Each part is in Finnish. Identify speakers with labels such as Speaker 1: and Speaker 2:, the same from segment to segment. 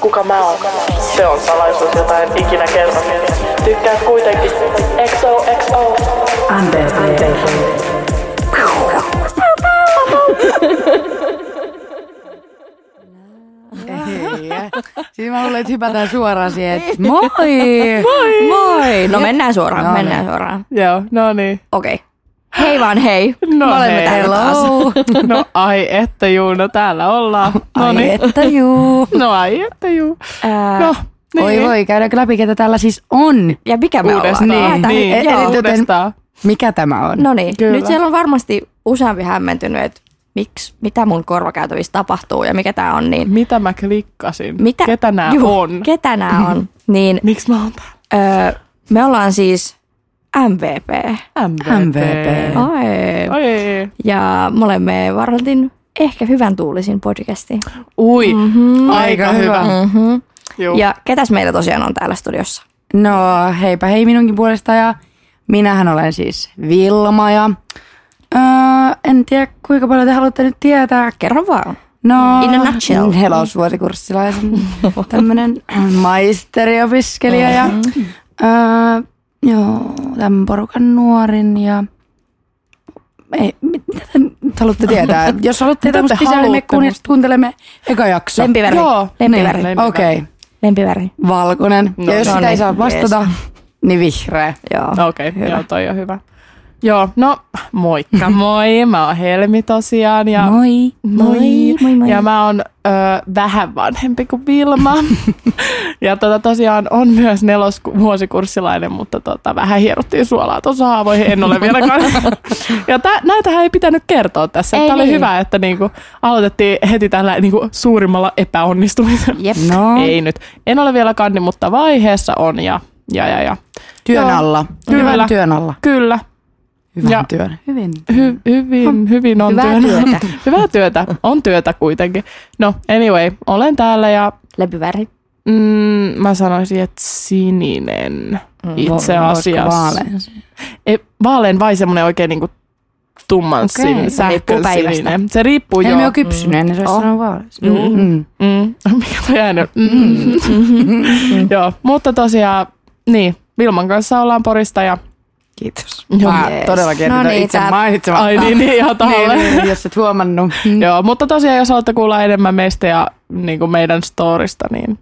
Speaker 1: Kuka mä oon? Se on salaisuus, jota en ikinä kerro. Tykkään kuitenkin. XO, XO.
Speaker 2: Ei. Siis mä luulen, että hypätään suoraan siihen, että moi! Moi!
Speaker 3: Moi! No mennään suoraan,
Speaker 2: No
Speaker 3: no, mennään
Speaker 2: niin.
Speaker 3: suoraan.
Speaker 1: Joo, no niin.
Speaker 3: Okei. Okay. Hei vaan hei.
Speaker 1: No
Speaker 3: Me olemme
Speaker 1: hei.
Speaker 2: niin.
Speaker 3: täällä taas.
Speaker 2: Hello!
Speaker 1: No ai että juu, no täällä ollaan. No
Speaker 2: Ai
Speaker 1: niin.
Speaker 2: että juu.
Speaker 1: No ai että juu.
Speaker 3: Ää,
Speaker 1: No, niin.
Speaker 2: Oi voi, käydäänkö läpi, ketä täällä siis on?
Speaker 3: Ja mikä me
Speaker 1: Uudestaan.
Speaker 3: ollaan?
Speaker 1: Niin,
Speaker 3: täällä?
Speaker 1: niin.
Speaker 3: Joo.
Speaker 2: Erityisesti-
Speaker 1: Uudestaan.
Speaker 2: Mikä tämä on?
Speaker 3: No niin,
Speaker 1: Kyllä.
Speaker 3: nyt siellä on varmasti useampi hämmentynyt, että miksi, mitä mun korvakäytävissä tapahtuu ja mikä tämä on. Niin,
Speaker 1: Mitä mä klikkasin?
Speaker 3: mitä,
Speaker 1: Ketä nää
Speaker 3: Juu,
Speaker 1: on?
Speaker 3: Ketä nämä on? Niin,
Speaker 1: Miksi mä oon täällä?
Speaker 3: öö, me ollaan siis MVP.
Speaker 1: MVP.
Speaker 2: MVP.
Speaker 3: Ai.
Speaker 1: Oi, ei, ei.
Speaker 3: Ja me olemme Varaltin ehkä hyvän tuulisin podcasti.
Speaker 1: Ui, mm-hmm.
Speaker 2: Aika hyvä.
Speaker 3: Mm-hmm.
Speaker 1: Juu.
Speaker 3: Ja ketäs meillä tosiaan on täällä studiossa?
Speaker 2: No heipä hei minunkin puolesta ja minähän olen siis Vilma ja öö, en tiedä kuinka paljon te haluatte nyt tietää.
Speaker 3: Kerro vaan.
Speaker 2: No,
Speaker 3: In a nutshell.
Speaker 2: Helosvuoskurssilaisen tämmönen äh, maisteriopiskelija ja öö, joo, tämän porukan nuorin ja ei, mit- mitä te nyt haluatte tietää? Jos haluatte tietää
Speaker 1: Mitä te
Speaker 2: musta lisää, niin me
Speaker 1: haluatte
Speaker 2: kuunne-
Speaker 1: musta?
Speaker 2: kuuntelemme eka jakso.
Speaker 3: Lempiväri.
Speaker 1: Joo,
Speaker 3: Lempiväri.
Speaker 1: niin.
Speaker 2: Okei, okay.
Speaker 3: Lempiväri.
Speaker 2: valkoinen.
Speaker 1: No,
Speaker 2: ja jos
Speaker 3: no
Speaker 2: sitä ei
Speaker 3: niin,
Speaker 2: saa vastata, niin vihreä.
Speaker 3: Joo.
Speaker 1: Okei, okay, joo, toi on hyvä. Joo, no moikka moi, mä oon Helmi tosiaan ja
Speaker 2: Moi.
Speaker 3: Moi, moi, moi.
Speaker 1: Ja mä oon ö, vähän vanhempi kuin Vilma. ja tota, tosiaan on myös nelosvuosikurssilainen, mutta tota, vähän hierottiin suolaa tuossa haavoihin, en ole vieläkään. ja tä, näitähän ei pitänyt kertoa tässä.
Speaker 3: Ei
Speaker 1: Tämä oli
Speaker 3: niin.
Speaker 1: hyvä, että niinku, aloitettiin heti tällä niinku, suurimmalla epäonnistumisella.
Speaker 3: Jep.
Speaker 2: No,
Speaker 1: Ei nyt. En ole vielä kanni, mutta vaiheessa on ja, ja, ja, ja.
Speaker 2: työn
Speaker 1: Joo.
Speaker 2: alla.
Speaker 1: Kyllä.
Speaker 2: Hyvän työn alla.
Speaker 1: Kyllä,
Speaker 2: Hyvän
Speaker 1: Ja-
Speaker 2: työn. Hyvin.
Speaker 1: Hy- hyvin, hyvin on
Speaker 3: Hyvää
Speaker 1: työnä.
Speaker 3: työtä.
Speaker 1: Hyvää työtä. On työtä kuitenkin. No, anyway, olen täällä ja
Speaker 3: Lempiväri.
Speaker 1: mm, mä sanoisin, että sininen
Speaker 2: Mm,
Speaker 1: itse
Speaker 2: Voisiko
Speaker 1: asiassa.
Speaker 2: vaalean?
Speaker 1: Ei, vaalean vai semmoinen oikein niinku tumman okay.
Speaker 2: Okei.
Speaker 1: sin,
Speaker 2: Se
Speaker 3: riippuu
Speaker 1: sähkön
Speaker 3: päivästä.
Speaker 1: sininen. Se riippuu
Speaker 2: Emme
Speaker 1: joo.
Speaker 2: ole kypsyneet, niin se olisi
Speaker 3: Oh.
Speaker 2: sanonut vaan. Mm.
Speaker 1: Mm, mikä toi ääni on? Mm.
Speaker 2: Mm.
Speaker 1: joo, mutta tosiaan, niin, Vilman kanssa ollaan Porista ja
Speaker 2: Kiitos.
Speaker 1: Joo.
Speaker 2: Mä
Speaker 3: Jees.
Speaker 2: todellakin
Speaker 3: No
Speaker 2: no
Speaker 3: niin,
Speaker 2: niin, itse
Speaker 3: tää-
Speaker 2: mainitsematta.
Speaker 1: Ai niin, niin ihan
Speaker 2: niin,
Speaker 1: tahalle.
Speaker 2: niin, jos et huomannut. Mm.
Speaker 1: Joo, mutta tosiaan jos haluatte kuulla enemmän meistä ja niin kuin meidän storista, niin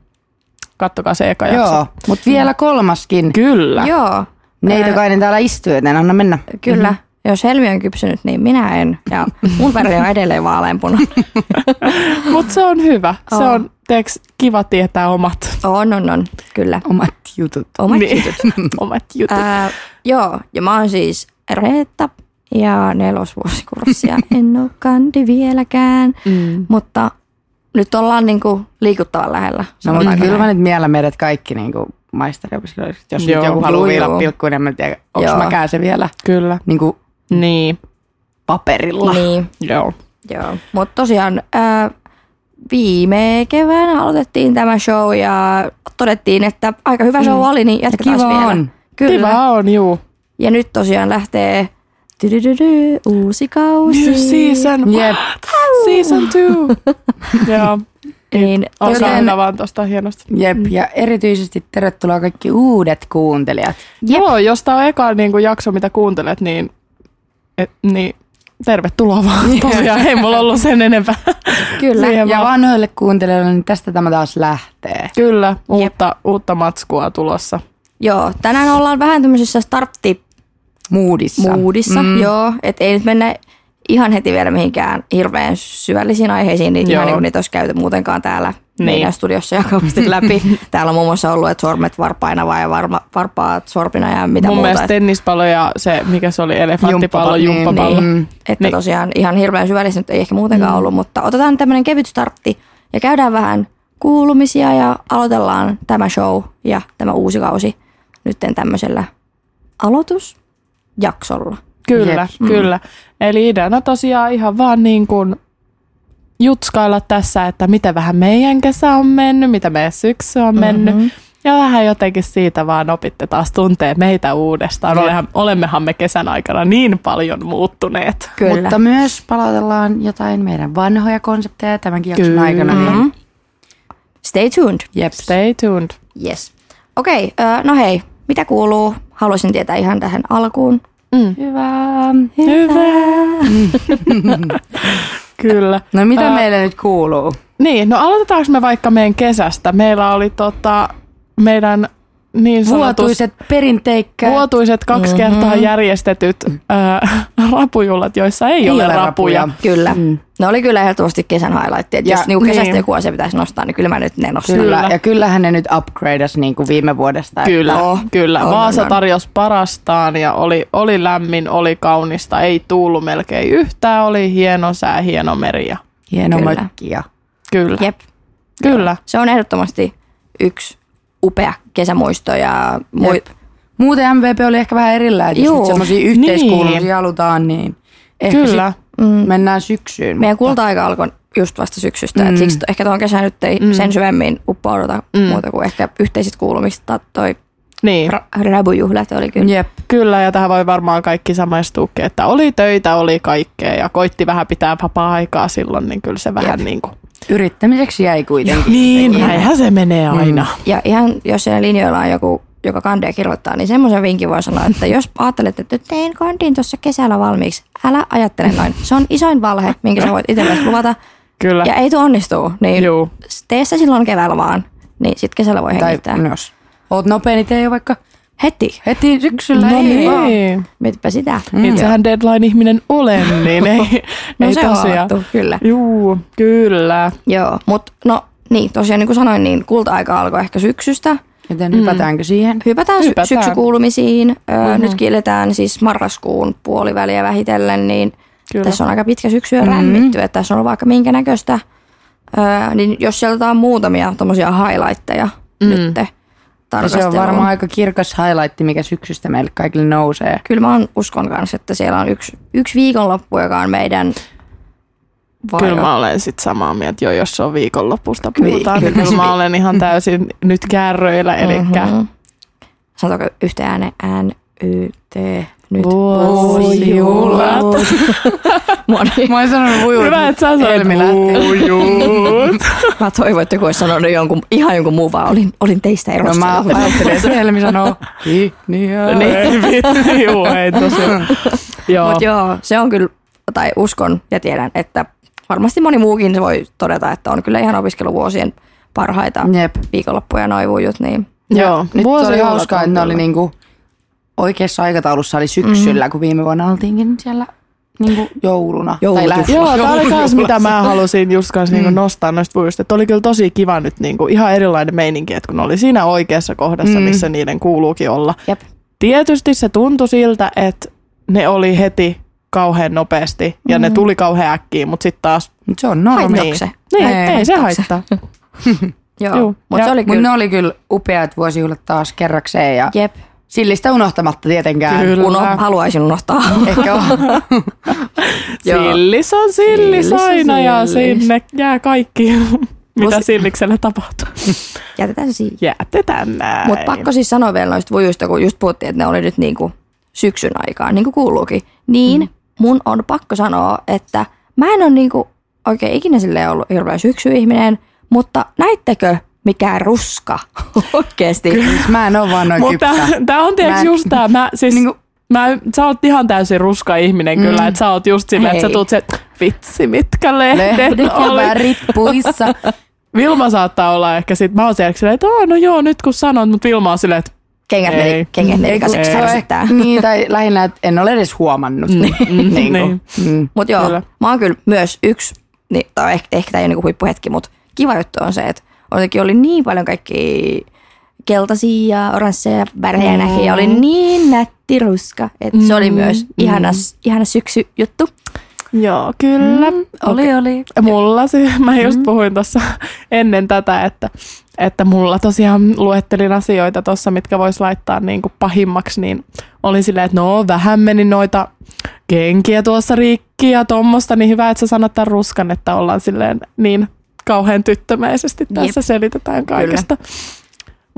Speaker 1: kattokaa se eka jakso.
Speaker 2: Joo, mutta vielä kolmaskin.
Speaker 1: Kyllä.
Speaker 3: Joo,
Speaker 2: Neitokainen täällä istuu, joten anna mennä.
Speaker 3: kyllä. Mm-hmm. Jos helmi on kypsynyt, niin minä en. Ja mun väri on edelleen vaaleanpuna.
Speaker 1: Mutta se on hyvä. Se
Speaker 3: Oo.
Speaker 1: on, teeks, kiva tietää omat,
Speaker 3: on, on, on. Kyllä.
Speaker 2: Omat jutut.
Speaker 3: Omat
Speaker 1: Niin.
Speaker 3: jutut.
Speaker 1: omat jutut.
Speaker 3: Ää, joo, ja mä oon siis Reetta ja nelosvuosikurssia. En oo kandi vieläkään,
Speaker 1: Mm.
Speaker 3: mutta nyt ollaan niinku liikuttavan lähellä.
Speaker 2: No, mutta
Speaker 3: sanotaanko näin.
Speaker 2: kyllä mä nyt miellä meidät kaikki niin kuin maisteriopiskelijoiksi. Jos
Speaker 1: Joo.
Speaker 2: nyt joku haluaa
Speaker 3: Juu,
Speaker 2: vielä
Speaker 3: juu.
Speaker 2: pilkkuun, niin mä en tiedä, onko
Speaker 3: Joo.
Speaker 2: mäkään se vielä
Speaker 1: Kyllä.
Speaker 2: niin kuin
Speaker 1: Niin.
Speaker 2: paperilla.
Speaker 3: Niin,
Speaker 1: Joo.
Speaker 3: joo. Mutta tosiaan ää, viime keväänä aloitettiin tämä show ja todettiin, että aika hyvä show oli, niin jatketaan
Speaker 2: kiva
Speaker 3: vielä.
Speaker 2: on.
Speaker 3: Kyllä.
Speaker 1: Kiva on, juu.
Speaker 3: Ja nyt tosiaan lähtee tydydydy, uusi kausi.
Speaker 1: New season.
Speaker 2: Jep.
Speaker 1: Season two. Joo.
Speaker 3: Niin,
Speaker 1: On
Speaker 3: tosiaan,
Speaker 1: Anna vaan tosta hienosti.
Speaker 2: Jep, ja erityisesti tervetuloa kaikki uudet kuuntelijat.
Speaker 3: Jep.
Speaker 1: Joo, jos tää on eka niin kuin jakso, mitä kuuntelet, niin, et, niin tervetuloa vaan. Tosiaan, ei mulla ollut sen enempää.
Speaker 3: kyllä.
Speaker 1: Siihen
Speaker 2: Ja
Speaker 1: vaan.
Speaker 2: vanhoille kuuntelijoille, niin tästä tämä taas lähtee.
Speaker 1: Kyllä, uutta, uutta matskua tulossa.
Speaker 3: Joo, tänään ollaan vähän tämmöisessä
Speaker 2: Moodissa.
Speaker 3: starttimuudissa. Mm. Joo, et ei nyt mennä ihan heti vielä mihinkään hirveän syvällisiin aiheisiin, niin
Speaker 1: Joo.
Speaker 3: ihan niin kuin niitä olisi käyty muutenkaan täällä
Speaker 1: Niin.
Speaker 3: niin. meidän studiossa ja kauheasti läpi. Täällä on muun muassa ollut, että sormet varpaina vai varma, varpaat sorpina ja mitä
Speaker 1: Mun
Speaker 3: muuta.
Speaker 1: mielestä tennispallo ja se, mikä se oli, elefanttipallo,
Speaker 2: Jumppapallo, niin,
Speaker 1: jumppapallo.
Speaker 3: Niin, että
Speaker 1: Niin.
Speaker 3: niin. tosiaan ihan hirveän syvällistä nyt ei ehkä muutenkaan mm. ollut, mutta otetaan tämmöinen kevyt startti ja käydään vähän kuulumisia ja aloitellaan tämä show ja tämä uusi kausi nytten tämmöisellä aloitusjaksolla.
Speaker 1: Kyllä,
Speaker 2: Jep.
Speaker 1: kyllä. Eli ideana tosiaan ihan vaan niin kuin jutskailla tässä, että mitä vähän meidän kesä on mennyt, mitä meidän syksy on mennyt. Ja vähän jotenkin siitä vaan opitte taas tuntee meitä uudestaan. Olehan, olemmehan me kesän aikana niin paljon muuttuneet.
Speaker 3: Kyllä.
Speaker 2: Mutta myös palautellaan jotain meidän vanhoja konsepteja tämänkin jakson
Speaker 1: Kyllä.
Speaker 2: aikana. Niin.
Speaker 3: Mm. Stay tuned.
Speaker 2: Jep.
Speaker 1: Stay tuned.
Speaker 3: Yes. Okei, okay, no hei, mitä kuuluu? Haluaisin tietää ihan tähän alkuun.
Speaker 1: Mm.
Speaker 2: Hyvä.
Speaker 1: Hyvä. Kyllä.
Speaker 2: No mitä
Speaker 1: Ää,
Speaker 2: meille nyt kuuluu?
Speaker 1: Niin, no aloitetaanko me vaikka meidän kesästä? Meillä oli tota, meidän niin sanotus,
Speaker 2: Vuotuiset perinteikkäät.
Speaker 1: vuotuiset kaksi kertaa järjestetyt äh, rapujuhlat, joissa ei, ole, rapuja.
Speaker 3: Kyllä. Mm. Ne oli kyllä ehdottomasti kesän highlight. Että
Speaker 2: Ja-
Speaker 3: jos niinku kesästä
Speaker 1: niin.
Speaker 3: niin. joku asia pitäisi nostaa, niin kyllä mä nyt ne nostan.
Speaker 1: Kyllä.
Speaker 3: Kyllä.
Speaker 2: Kyllä. Ja kyllähän ne nyt upgradeas niin kuin viime vuodesta.
Speaker 1: Kyllä,
Speaker 3: Oh,
Speaker 1: kyllä.
Speaker 3: on,
Speaker 1: Vaasa
Speaker 3: on, on.
Speaker 1: tarjosi parastaan ja oli, oli lämmin, oli kaunista, ei tuulu melkein yhtään, oli hieno sää, hieno meri ja
Speaker 2: Hieno
Speaker 3: Kyllä.
Speaker 2: mökki. Ja.
Speaker 1: kyllä,
Speaker 3: Jep.
Speaker 1: kyllä.
Speaker 3: Se on ehdottomasti yksi upea kesämuisto ja mui...
Speaker 2: Jep. Muuten MVP oli ehkä vähän erillään, että
Speaker 3: Juu.
Speaker 2: jos semmoisia yhteiskuuluja niin. halutaan, niin ehkä
Speaker 1: Kyllä.
Speaker 2: sit mennään syksyyn.
Speaker 3: Mm. meidän kulta-aika alkoi just vasta syksystä. Mm. Et siksi to- ehkä tuohon kesään nyt ei mm. sen syvemmin uppouduta mm. muuta kuin ehkä yhteiset kuulumista. Toi
Speaker 1: Niin.
Speaker 3: ra- rabujuhlat oli kyllä.
Speaker 2: Jep.
Speaker 1: Kyllä, ja tähän voi varmaan kaikki samaistuukin, että oli töitä, oli kaikkea ja koitti vähän pitää vapaa-aikaa silloin, niin kyllä se vähän niin kuin...
Speaker 2: Yrittämiseksi jäi kuitenkin.
Speaker 1: Niin, näinhän se menee aina.
Speaker 3: Ja ihan jos siellä linjoilla on joku, joka kandia kirjoittaa, niin semmoisen vinkin voi sanoa, että jos ajattelet, että tein kandin tuossa kesällä valmiiksi, älä ajattele noin. Se on isoin valhe, minkä sä voit itsellesi luvata.
Speaker 1: Kyllä.
Speaker 3: Ja ei tuo onnistuu, niin
Speaker 1: Juu.
Speaker 3: tee se silloin keväällä vaan, niin sit kesällä voi
Speaker 2: Tai
Speaker 3: hengittää.
Speaker 1: mm.
Speaker 2: jos oot nopea, niin tee jo vaikka
Speaker 3: Heti.
Speaker 2: heti syksyllä.
Speaker 1: No
Speaker 2: ei vaan.
Speaker 1: niin.
Speaker 3: Mietipä sitä.
Speaker 1: Itsehän deadline-ihminen olen, niin ei,
Speaker 3: No
Speaker 1: ei
Speaker 3: se on
Speaker 1: tosiaan.
Speaker 3: avattu, kyllä.
Speaker 1: Juu, kyllä.
Speaker 3: Joo, mutta no niin, tosiaan niin kuin sanoin, niin kulta-aika alkoi ehkä syksystä.
Speaker 2: Joten hypätäänkö siihen?
Speaker 3: Hypätään,
Speaker 1: Hypätään.
Speaker 3: Hypätään. syksykuulumisiin. Öö, mm-hmm. Nyt kiiletään siis marraskuun puoliväliä vähitellen, niin
Speaker 1: Kyllä.
Speaker 3: Kyllä. tässä on aika pitkä syksy jo mm-hmm. rämmitty, että tässä on ollut vaikka minkä näköistä. Öö, niin jos sieltä otetaan muutamia tuommoisia highlightteja mm. nyt
Speaker 2: Ja No se on
Speaker 3: tarkasteluun.
Speaker 2: varmaan aika kirkas highlight, mikä syksystä meille kaikille nousee.
Speaker 3: Kyllä mä oon uskon kanssa, että siellä on yksi, yksi viikonloppu, joka on meidän
Speaker 1: Kyllä
Speaker 3: vaiva.
Speaker 1: mä olen sit samaa mieltä, jo jos on viikonlopusta puhutaan, niin
Speaker 3: kyllä.
Speaker 1: kyllä mä olen ihan täysin nyt kärröillä, eli mm-hmm.
Speaker 3: Mhm. Sanotaanko yhteen ääneen N, Y, T, nyt
Speaker 1: vuosijuhlat.
Speaker 2: Mä oon sanonut vujuut.
Speaker 1: Hyvä, että sä sanoit
Speaker 2: Elmi lähtee.
Speaker 1: vujuut.
Speaker 3: Mä toivon, että joku olisi sanonut jonkun, ihan jonkun muun, vaan olin, olin teistä
Speaker 2: No
Speaker 3: erossa.
Speaker 2: mä ajattelin, että Helmi sanoo. Niin.
Speaker 1: Ei vittu, juu, ei tosiaan. Joo,
Speaker 3: Mut joo, se on kyllä, tai uskon ja tiedän, että varmasti moni muukin voi todeta, että on kyllä ihan opiskeluvuosien parhaita
Speaker 2: Jep.
Speaker 3: viikonloppuja noi vujut, niin
Speaker 1: joo.
Speaker 2: Nyt
Speaker 1: Vuosijuhlat
Speaker 2: oli hauskaa,
Speaker 1: on
Speaker 2: että ne oli
Speaker 1: kyllä.
Speaker 2: niinku oikeassa aikataulussa oli syksyllä, kun viime vuonna oltiinkin siellä niinku jouluna.
Speaker 3: Joulujuhla.
Speaker 2: lähes-
Speaker 1: Joo, tämä oli kans mitä mä halusin just kans niinku nostaa noista vuodesta. Että oli kyllä tosi kiva nyt niinku, ihan erilainen meininki, että kun oli siinä oikeassa kohdassa,
Speaker 2: Mm.
Speaker 1: missä niiden kuuluukin olla.
Speaker 3: jep,
Speaker 1: Tietysti se tuntui siltä, että ne oli heti kauhean nopeasti ja ne tuli kauhean äkkiä, mutta sitten taas
Speaker 2: Mut Se on normi.
Speaker 3: Haittaa. Onko se?
Speaker 1: Niin,
Speaker 2: Ei,
Speaker 1: ei, ei se
Speaker 3: haittaa
Speaker 1: haittaa. Juu.
Speaker 3: joo, mutta
Speaker 1: Ja-
Speaker 3: se oli
Speaker 2: Mut
Speaker 3: kyllä,
Speaker 2: ne oli kyllä upeat vuosijuhlat taas kerrakseen ja
Speaker 3: jep,
Speaker 2: sillistä unohtamatta tietenkään.
Speaker 1: Kyllä.
Speaker 3: uno, haluaisin unohtaa.
Speaker 2: Ehkä on.
Speaker 3: Joo.
Speaker 1: Sillis on sillis
Speaker 3: Sillis on
Speaker 1: aina ja
Speaker 3: sillis.
Speaker 1: sinne jää kaikki, mitä
Speaker 3: Plus-
Speaker 1: silliksellä tapahtuu.
Speaker 3: Jätetään se siihen.
Speaker 1: Jätetään näin.
Speaker 3: Mutta pakko siis sanoa vielä noista vujuista, kun just puhuttiin, että ne oli nyt niinku syksyn aikaan, niin kuin kuuluukin. Niin mm. mun on pakko sanoa, että mä en ole niinku oikein ikinä sille ollut hirveän syksyihminen, mutta näittekö mikä ruska oikeasti?
Speaker 2: Siis mä en oo vaan noin
Speaker 1: Mutta
Speaker 2: kypsä.
Speaker 1: tämä on
Speaker 2: Mä
Speaker 1: tiiäks
Speaker 2: en-
Speaker 1: just tää, mä siis...
Speaker 2: Niinku- Mm.
Speaker 1: Mä, sä oot ihan täysin ruska ihminen kyllä, että sä oot just silleen, että sä
Speaker 3: Hei.
Speaker 1: tuut se, että vitsi mitkä lehdet
Speaker 2: Lehdet ja
Speaker 1: oli.
Speaker 2: värit puissa.
Speaker 1: Vilma saattaa olla ehkä sit, mä oon siellä silleen, että "Aa, no joo nyt kun sanot, mutta Vilma on silleen, että
Speaker 3: Kengät
Speaker 1: Ei.
Speaker 3: meni, kengät
Speaker 2: kun
Speaker 3: meni kasiksi
Speaker 2: se on
Speaker 3: ärsyttää.
Speaker 2: ehkä- Niin, tai lähinnä, että en ole edes huomannut. Niin.
Speaker 1: Niin.
Speaker 2: niin. Mm.
Speaker 3: Mutta joo,
Speaker 1: Kyllä.
Speaker 3: kyllä. mä oon kyllä myös yksi, niin, tai ehkä, ehkä tämä ei ole niinku huippuhetki, mutta kiva juttu on se, että jotenkin oli niin paljon kaikki keltaisia ja oransseja värejä mm. näki ja oli niin nätti ruska, että se oli myös ihana, ihana syksy juttu.
Speaker 1: Joo, kyllä. Mm,
Speaker 2: Oli, oli.
Speaker 1: Mulla, se- mä just puhuin tuossa ennen tätä, että, että mulla tosiaan luettelin asioita tuossa, mitkä vois laittaa niin kuin pahimmaksi, niin oli silleen, että no vähän meni noita kenkiä tuossa rikki ja tommosta, niin hyvä, että sä sanot tämän ruskan, että ollaan silleen niin kauhean tyttömäisesti tässä Jep. selitetään kaikesta.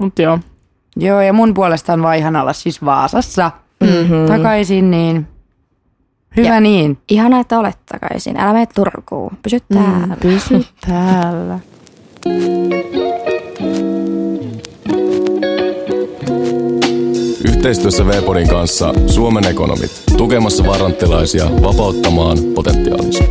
Speaker 1: Mut joo.
Speaker 2: Joo, ja mun puolestaan vaan ihan olla siis Vaasassa mm-hmm. takaisin, niin hyvä ja. niin.
Speaker 3: Ihana, että olet takaisin. Älä mene Turkuun. Pysy täällä. Mm.
Speaker 1: Pysy täällä.
Speaker 4: Yhteistyössä Veepodin kanssa Suomen ekonomit tukemassa varanttilaisia vapauttamaan potentiaalinsa.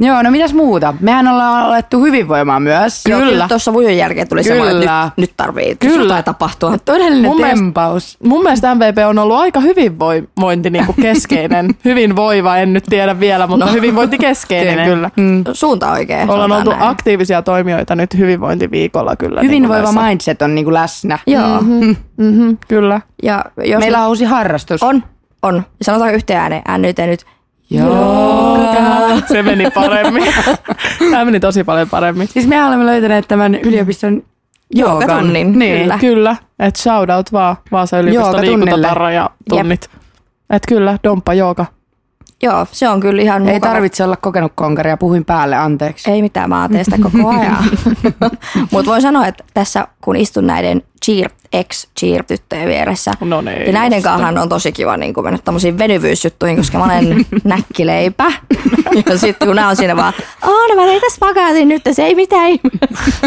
Speaker 2: Joo, no mitäs muuta? Mehän ollaan alettu hyvinvoimaa myös.
Speaker 3: Joo, Tuossa vuoden jälkeen tuli
Speaker 2: Kyllä.
Speaker 3: semmoinen, että nyt, nyt tarvii
Speaker 1: Kyllä.
Speaker 3: jotain tapahtua.
Speaker 2: Todellinen
Speaker 1: Mun mielestä-
Speaker 2: tempaus.
Speaker 1: Mun mielestä MVP on ollut aika hyvinvointi niinku keskeinen. hyvinvoiva, en nyt tiedä vielä, mutta no. hyvinvointi keskeinen kyllä.
Speaker 2: Mm.
Speaker 3: Suunta oikein.
Speaker 1: Ollaan
Speaker 3: sanotaan
Speaker 1: oltu
Speaker 3: näin.
Speaker 1: aktiivisia toimijoita nyt hyvinvointiviikolla kyllä.
Speaker 2: Hyvinvoiva
Speaker 1: niinku näissä.
Speaker 2: mindset on niinku läsnä.
Speaker 3: Joo.
Speaker 1: Mhm, mhm, kyllä.
Speaker 3: Ja jos
Speaker 2: Meillä on uusi harrastus.
Speaker 3: on, on. Ja Sanotaan yhteen ääneen. Ännyt ja nyt.
Speaker 2: Joo.
Speaker 1: Se meni paremmin. Tämä meni tosi paljon paremmin.
Speaker 2: Siis mehän olemme löytäneet tämän yliopiston joogan.
Speaker 3: Joogatunnin,
Speaker 2: Niin.
Speaker 3: kyllä.
Speaker 1: Kyllä, että shoutout vaan Vaasa yliopiston
Speaker 2: Joogatunnille.
Speaker 1: liikuntatarra ja tunnit. Että kyllä, domppa jooga.
Speaker 3: Joo, se on kyllä ihan
Speaker 2: Ei
Speaker 3: mukava.
Speaker 2: tarvitse olla kokenut konkaria, puhuin päälle, anteeksi.
Speaker 3: Ei mitään, mä teen sitä koko ajan. Mutta voin sanoa, että tässä kun istun näiden cheer, ex cheer tyttöjen vieressä,
Speaker 1: No niin.
Speaker 3: ja näiden
Speaker 1: just.
Speaker 3: kanssa on tosi kiva niin mennä tämmöisiin venyvyysjuttuihin, koska mä olen näkkileipä. Ja sitten kun nää on siinä vaan, aah no mä tein tässä pakaatin nyt, se ei mitään.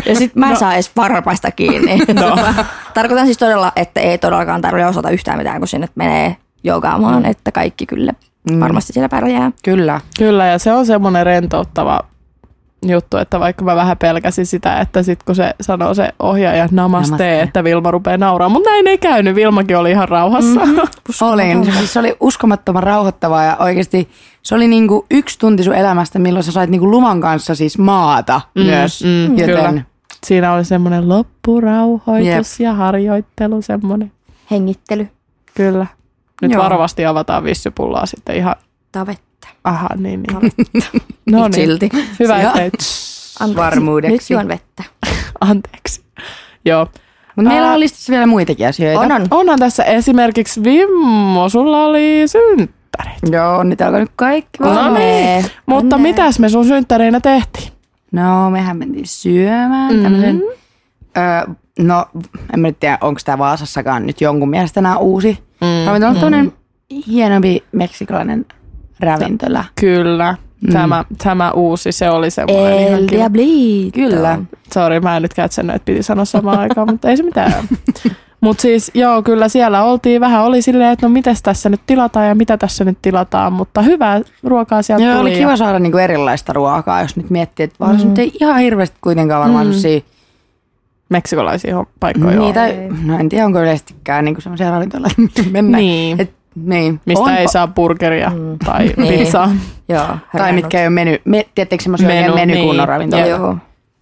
Speaker 3: Ja sitten mä en saa edes varpaista kiinni.
Speaker 1: No.
Speaker 3: Tarkoitan siis todella, että ei todellakaan tarvitse osata yhtään mitään, kun sinne menee joogaamaan, että kaikki kyllä varmasti siellä pärjää.
Speaker 2: Kyllä.
Speaker 1: Kyllä, ja se on semmoinen rentouttava juttu, että vaikka mä vähän pelkäsin sitä, että sit kun se sanoo se ohjaaja namaste,
Speaker 2: Namaste.
Speaker 1: namaste. että Vilma rupeaa nauraa, mutta näin ei käynyt, Vilmakin oli ihan rauhassa. Mm-hmm.
Speaker 2: Olin. Siis se oli uskomattoman rauhoittavaa ja oikeasti se oli niinku yksi tunti sun elämästä, milloin sä sait niinku luman kanssa siis maata mm, myös. Mm, Joten
Speaker 1: kyllä.
Speaker 2: kyllä.
Speaker 1: Siinä oli semmoinen loppurauhoitus ja harjoittelu semmoinen.
Speaker 3: Hengittely,
Speaker 1: Kyllä. Nyt
Speaker 2: Joo.
Speaker 1: Joo. varovasti avataan vissypullaa sitten ihan,
Speaker 3: tavetta.
Speaker 1: aha, niin, niin. no niin,
Speaker 3: silti.
Speaker 1: hyvä,
Speaker 2: Joo.
Speaker 1: ettei,
Speaker 3: Anteeksi. Nyt
Speaker 2: varmuudeksi.
Speaker 3: juon vettä.
Speaker 1: anteeksi. Joo.
Speaker 2: Mutta meillä
Speaker 1: Ää,
Speaker 2: on listassa vielä muitakin asioita.
Speaker 3: On, on.
Speaker 1: Onhan tässä esimerkiksi Vimmo, sulla oli synttärit.
Speaker 2: Joo, onnitelkaa nyt kaikki.
Speaker 1: No
Speaker 3: Onnea.
Speaker 1: niin. Mutta
Speaker 3: Onnea.
Speaker 1: mitäs me sun synttäreinä tehtiin?
Speaker 2: No, mehän mentiin syömään mm-hmm. tämmöisen, öö, no en mä nyt tiedä, onko tämä Vaasassakaan nyt jonkun mielestä nämä uusi mm-hmm. ravintola, on tämmöinen hienompi meksikolainen ravintola.
Speaker 1: Kyllä. Mm. Tämä, tämä uusi, se oli semmoinen ihan
Speaker 3: El
Speaker 1: kiva.
Speaker 3: Diablito.
Speaker 2: Kyllä.
Speaker 1: Sori, mä en nyt käyttänyt, että piti sanoa samaan aikaan, mutta ei se mitään. Mutta siis joo, kyllä siellä oltiin vähän, oli silleen, että no mites tässä nyt tilataan ja mitä tässä nyt tilataan, mutta hyvää ruokaa sieltä
Speaker 2: Joo,
Speaker 1: tuli. Mm.
Speaker 2: oli kiva saada niinku erilaista ruokaa, jos nyt miettii, että Vaasassa mm-hmm. nyt ei ihan hirveästi kuitenkaan varmaan mm-hmm.
Speaker 1: Meksikolaisia hom- paikkoja
Speaker 2: niitä,
Speaker 1: on.
Speaker 2: no en tiedä onko yleisestikään niinku semmoisia ravintoloita, mihin mennään.
Speaker 1: Niin.
Speaker 2: Et, niin.
Speaker 1: Mistä
Speaker 2: on,
Speaker 1: ei saa burgeria mm. tai
Speaker 3: Niin.
Speaker 1: pizzaa.
Speaker 3: Joo,
Speaker 2: Tai mitkä ei ole meny, me, tiettekö semmoisia
Speaker 1: Menu,
Speaker 2: menu, menykunnon
Speaker 1: niin.
Speaker 2: ravintoloita.
Speaker 3: Joo.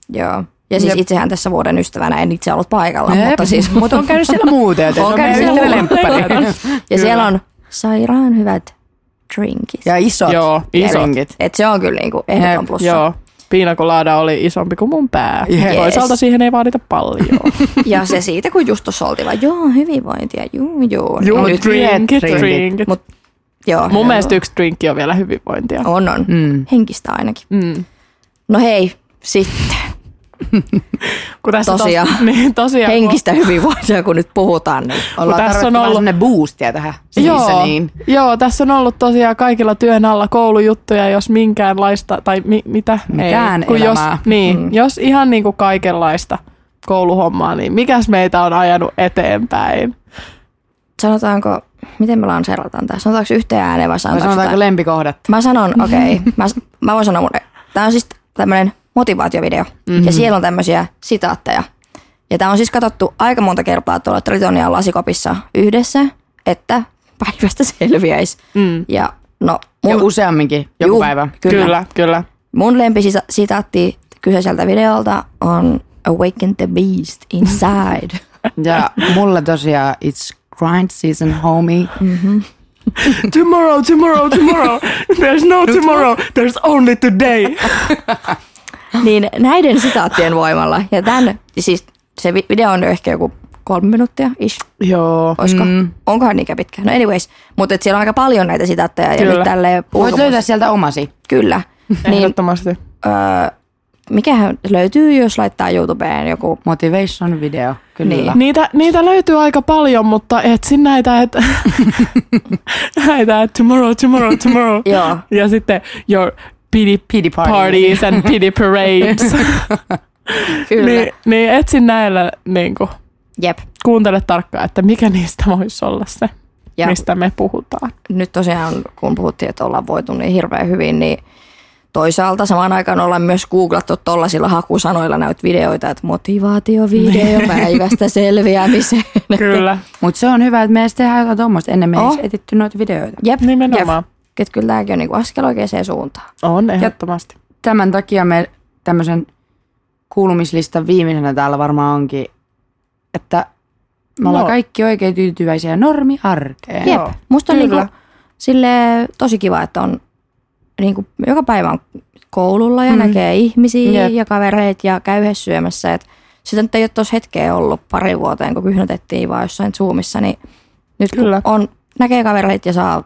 Speaker 3: Joo. Ja siis
Speaker 2: Jep.
Speaker 3: itsehän tässä vuoden ystävänä en itse ollut paikalla,
Speaker 2: Jep.
Speaker 3: mutta siis
Speaker 2: Mutta on käynyt siellä muuten, joten
Speaker 3: On
Speaker 2: se on
Speaker 3: käynyt
Speaker 2: käynyt siellä
Speaker 3: siellä
Speaker 2: lemppari.
Speaker 3: Ja siellä on sairaan hyvät drinkit.
Speaker 2: Ja isot
Speaker 1: Joo, isot.
Speaker 2: drinkit.
Speaker 3: Et se on kyllä niinku ehdoton
Speaker 2: Jep,
Speaker 3: plussa.
Speaker 1: Joo, piinakolaada oli isompi kuin mun pää.
Speaker 2: Yes.
Speaker 1: Toisaalta siihen ei vaadita paljon.
Speaker 3: Ja se siitä, kun just tuossa oltiin vaan, joo, hyvinvointia, juu, juu.
Speaker 1: Juu,
Speaker 3: Mut-
Speaker 2: nyt
Speaker 1: drinkit,
Speaker 2: drinkit.
Speaker 1: drinkit.
Speaker 3: Mut, joo,
Speaker 1: Mun
Speaker 3: joo.
Speaker 1: mielestä yksi drinkki on vielä hyvinvointia.
Speaker 3: On, on.
Speaker 2: Mm.
Speaker 3: Henkistä ainakin.
Speaker 1: Mm.
Speaker 3: No hei, sitten
Speaker 1: Kun tässä
Speaker 3: Tosiaan.
Speaker 1: Tos, niin, tosiaan. kun-
Speaker 3: henkistä hyvinvointia, kun nyt puhutaan, niin
Speaker 2: Ollaan
Speaker 1: tässä
Speaker 2: tarvittu
Speaker 1: on
Speaker 2: vähän
Speaker 1: ollut-
Speaker 2: semmoinen boostia tähän. Joo.
Speaker 1: Joo,
Speaker 2: Niin.
Speaker 1: joo, tässä on ollut tosiaan kaikilla työn alla koulujuttuja, jos minkäänlaista, tai mi, mitä?
Speaker 2: Mitään
Speaker 1: kun jos,
Speaker 2: elämää.
Speaker 1: niin, mm. jos ihan niin kuin kaikenlaista kouluhommaa, niin mikäs meitä on ajanut eteenpäin?
Speaker 3: sanotaanko, miten me lanseerataan tämä? Sanotaanko yhteen ääneen vai
Speaker 2: Vai
Speaker 3: sanotaanko,
Speaker 2: sanotaanko Mhm.
Speaker 3: jotain?
Speaker 2: lempikohdat?
Speaker 3: Mä sanon, okei, okay, mä, s- mä voin sanoa mun, tää on siis tämmönen motivaatiovideo,
Speaker 2: Mhm.
Speaker 3: mm-hmm. ja siellä on tämmöisiä sitaatteja. Ja tää on siis katsottu aika monta kertaa tuolla Tritonian lasikopissa yhdessä, että päivästä selviäisi. Mm. Ja no,
Speaker 2: Ja
Speaker 3: mun,
Speaker 2: useamminkin joku
Speaker 3: Juu,
Speaker 2: päivä.
Speaker 3: Kyllä.
Speaker 1: kyllä. kyllä.
Speaker 3: mun lempisitaatti kyseiseltä videolta on Awaken the Beast Inside.
Speaker 2: Ja mulla tosiaan it's grind season, homie.
Speaker 1: Tomorrow, tomorrow, tomorrow. There's no tomorrow, there's only today.
Speaker 3: niin näiden sitaattien voimalla. Ja tämän, siis se vi- video on ehkä joku kolme minuuttia ish.
Speaker 1: Joo.
Speaker 3: Olisiko? Mm. Onkohan niinkä pitkä? No anyways, mutta siellä on aika paljon näitä sitaatteja ja
Speaker 1: Kyllä.
Speaker 3: nyt tälleen
Speaker 2: Voit
Speaker 3: ulkomuus-
Speaker 2: löytää sieltä omasi.
Speaker 3: Kyllä. Niin,
Speaker 1: Ehdottomasti.
Speaker 3: öö, mikähän löytyy, jos laittaa YouTubeen joku
Speaker 2: Motivation video, kyllä.
Speaker 3: Niin.
Speaker 1: Niitä, niitä löytyy aika paljon, mutta etsin näitä, että näitä, että tomorrow, tomorrow, tomorrow.
Speaker 3: Joo.
Speaker 1: ja sitten your pity
Speaker 2: Pity party.
Speaker 1: parties and pity parades.
Speaker 3: Kyllä. Niin.
Speaker 1: niin, niin etsin näillä, niin kuin,
Speaker 3: Jep.
Speaker 1: kuuntele tarkkaan, että mikä niistä voisi olla se,
Speaker 3: Ja
Speaker 1: mistä me puhutaan.
Speaker 3: nyt tosiaan, kun puhuttiin, että ollaan voitu niin hirveän hyvin, niin toisaalta samaan aikaan ollaan myös googlattu tollasilla hakusanoilla näitä videoita, että motivaatiovideo päivästä selviämiseen.
Speaker 1: Kyllä,
Speaker 2: Mutta se on hyvä, että me edes tehdään jotain tuommoista. Ennen me
Speaker 3: Oh.
Speaker 2: oh. etitty noita videoita.
Speaker 3: Jep.
Speaker 1: nimenomaan.
Speaker 3: Jep. Et kyllä tämäkin on niinku askel oikeaan suuntaan.
Speaker 1: On ehdottomasti.
Speaker 2: Tämän takia me tämmöisen kuulumislistan viimeisenä täällä varmaan onkin, että me ollaan
Speaker 1: No.
Speaker 2: kaikki oikein tyytyväisiä normiarkeen.
Speaker 3: Jep.
Speaker 1: Joo,
Speaker 3: Musta on
Speaker 1: kyllä.
Speaker 3: niinku, sille tosi kiva, että on niinku, joka päivä on koululla ja mm. näkee ihmisiä
Speaker 2: Jep.
Speaker 3: ja kavereita ja käy yhdessä syömässä. Et sitä nyt ei ole tuossa hetkeä ollut pari vuoteen, kun kyhnätettiin vaan jossain Zoomissa, niin nyt
Speaker 1: Kyllä.
Speaker 3: kun on, näkee kavereita ja saa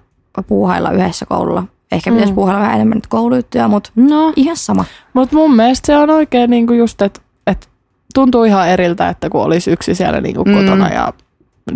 Speaker 3: puuhailla yhdessä koululla. Ehkä pitäisi puuhailla vähän enemmän nyt kouluyttyä, mutta
Speaker 2: No,
Speaker 3: ihan sama.
Speaker 1: Mutta mun mielestä se on oikein niinku just, että et tuntuu ihan eriltä, että kun olisi yksi siellä niinku
Speaker 2: Mm.
Speaker 1: mm. kotona ja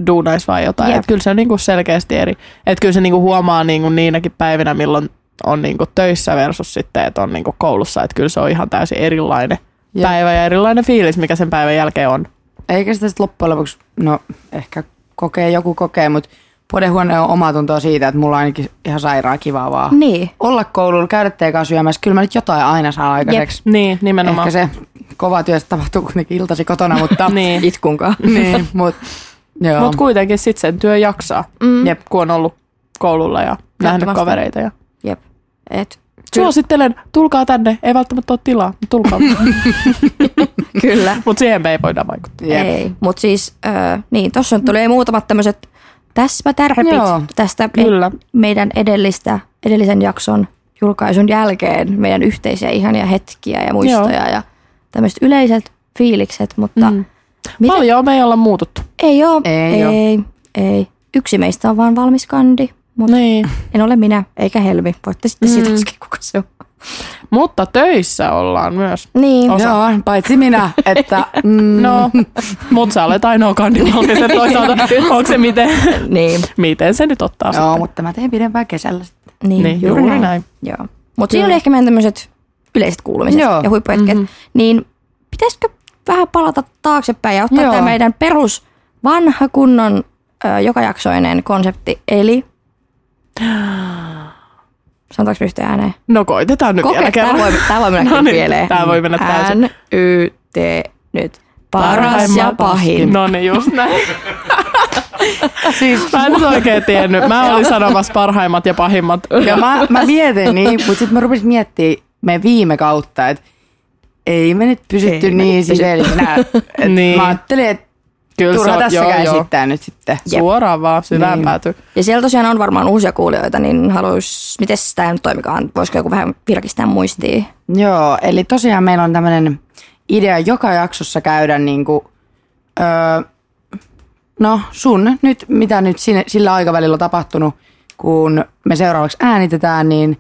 Speaker 1: duunaisi vai jotain.
Speaker 3: Jep.
Speaker 1: Et kyllä se on niinku selkeästi eri. Että kyllä se niinku huomaa niinku niinäkin päivinä, milloin on niinku töissä versus sitten, että on niinku koulussa. Että kyllä se on ihan täysin erilainen
Speaker 2: Jep.
Speaker 1: Jep. päivä ja erilainen fiilis, mikä sen päivän jälkeen on.
Speaker 2: eikä sitä sitten loppujen lopuksi, no ehkä kokee, joku kokee, mutta podehuone on omaa tuntoa siitä, että mulla on ainakin ihan sairaan kivaa vaan.
Speaker 3: Niin.
Speaker 2: Olla koululla, käydä teikaa syömässä, kyllä mä nyt jotain aina saan aikaiseksi.
Speaker 1: Niin, nimenomaan.
Speaker 2: Ehkä se kova työstä tapahtuu kuitenkin iltasi kotona, mutta...
Speaker 1: Niin.
Speaker 3: Itkunkaan.
Speaker 2: niin, mut, joo.
Speaker 1: Mutta kuitenkin sitten sen työ jaksaa,
Speaker 3: Mm.
Speaker 1: Jep. kun on ollut koululla ja nähnyt
Speaker 3: Ehdottomasti.
Speaker 1: kavereita. Ja.
Speaker 3: Jep. Et,
Speaker 1: Suosittelen, tulkaa tänne. Ei välttämättä ole tilaa, mutta tulkaa.
Speaker 3: kyllä.
Speaker 1: Mutta siihen me ei voida vaikuttaa.
Speaker 2: Jep.
Speaker 3: Ei, mutta siis, öö, niin, tuossa tulee muutamat tämmöiset täsmätärpit
Speaker 2: Joo,
Speaker 3: tästä
Speaker 1: kyllä.
Speaker 3: e- meidän edellistä, edellisen jakson julkaisun jälkeen, meidän yhteisiä ihania hetkiä ja muistoja ja tämmöiset yleiset fiilikset, mutta mm. Miten-
Speaker 1: Paljon me ei olla muututtu.
Speaker 3: ei ole,
Speaker 2: Ei
Speaker 3: ei,
Speaker 2: oo.
Speaker 3: ei, ei. Yksi meistä on vaan valmis kandi, mutta
Speaker 1: Niin.
Speaker 3: en ole minä eikä Helmi. Voitte sitten mm. siitä laskea, kuka se on.
Speaker 1: Mutta töissä ollaan myös.
Speaker 3: Niin,
Speaker 1: Osa.
Speaker 2: Joo, paitsi minä, että mm,
Speaker 1: No, mutta sä olet ainoa kandivalmis, että toisaalta onko se miten,
Speaker 3: niin,
Speaker 1: miten se nyt ottaa
Speaker 2: joo,
Speaker 1: sitten.
Speaker 2: mutta mä teen pidempään kesällä. sitten.
Speaker 3: niin,
Speaker 1: Niin, juuri näin.
Speaker 3: Joo. Mutta siinä oli ehkä meidän tämmöiset yleiset kuulumiset Joo.
Speaker 2: Joo.
Speaker 3: ja huippuhetket.
Speaker 1: Mhm.
Speaker 3: Mm-hmm. Niin pitäisikö vähän palata taaksepäin ja ottaa
Speaker 2: Joo.
Speaker 3: tämä meidän perus vanha kunnon ö, jokajaksoinen konsepti, eli... Sanotaanko me yhteen ääneen?
Speaker 1: No koitetaan nyt vielä
Speaker 3: Koke, tämä
Speaker 1: kerran.
Speaker 3: voi, tää voi mennä
Speaker 1: No
Speaker 3: no
Speaker 1: niin,
Speaker 3: pieleen.
Speaker 1: tää voi mennä täysin.
Speaker 3: N, Y, T, nyt. Paras ja
Speaker 1: Parhaimmat
Speaker 3: pahin.
Speaker 1: No niin, just näin.
Speaker 2: Siis,
Speaker 1: Mä en nyt oikein tiennyt. Mä olin sanomassa parhaimmat ja pahimmat.
Speaker 2: ja mä, mä mietin niin, mutta sitten mä rupesin miettimään me viime kautta, että ei me nyt pysytty
Speaker 3: Ei
Speaker 2: ei
Speaker 3: me
Speaker 2: niin
Speaker 3: nyt pysy-
Speaker 2: sisäisenä. Et
Speaker 1: Niin.
Speaker 2: Mä ajattelin, että
Speaker 1: Kyllä
Speaker 2: turha
Speaker 1: on-
Speaker 2: tässä käy esittää nyt sitten.
Speaker 1: Suoraan vaan syvään
Speaker 2: Niin.
Speaker 1: niin. päätyy.
Speaker 3: Ja siellä tosiaan on varmaan uusia kuulijoita, niin haluais, miten tämä nyt toimikaan? Voisiko joku vähän virkistää muistia?
Speaker 2: Joo, eli tosiaan meillä on tämmöinen idea joka jaksossa käydä niin kuin, öö, no sun nyt, mitä nyt sinne, sillä aikavälillä on tapahtunut, kun me seuraavaksi äänitetään, niin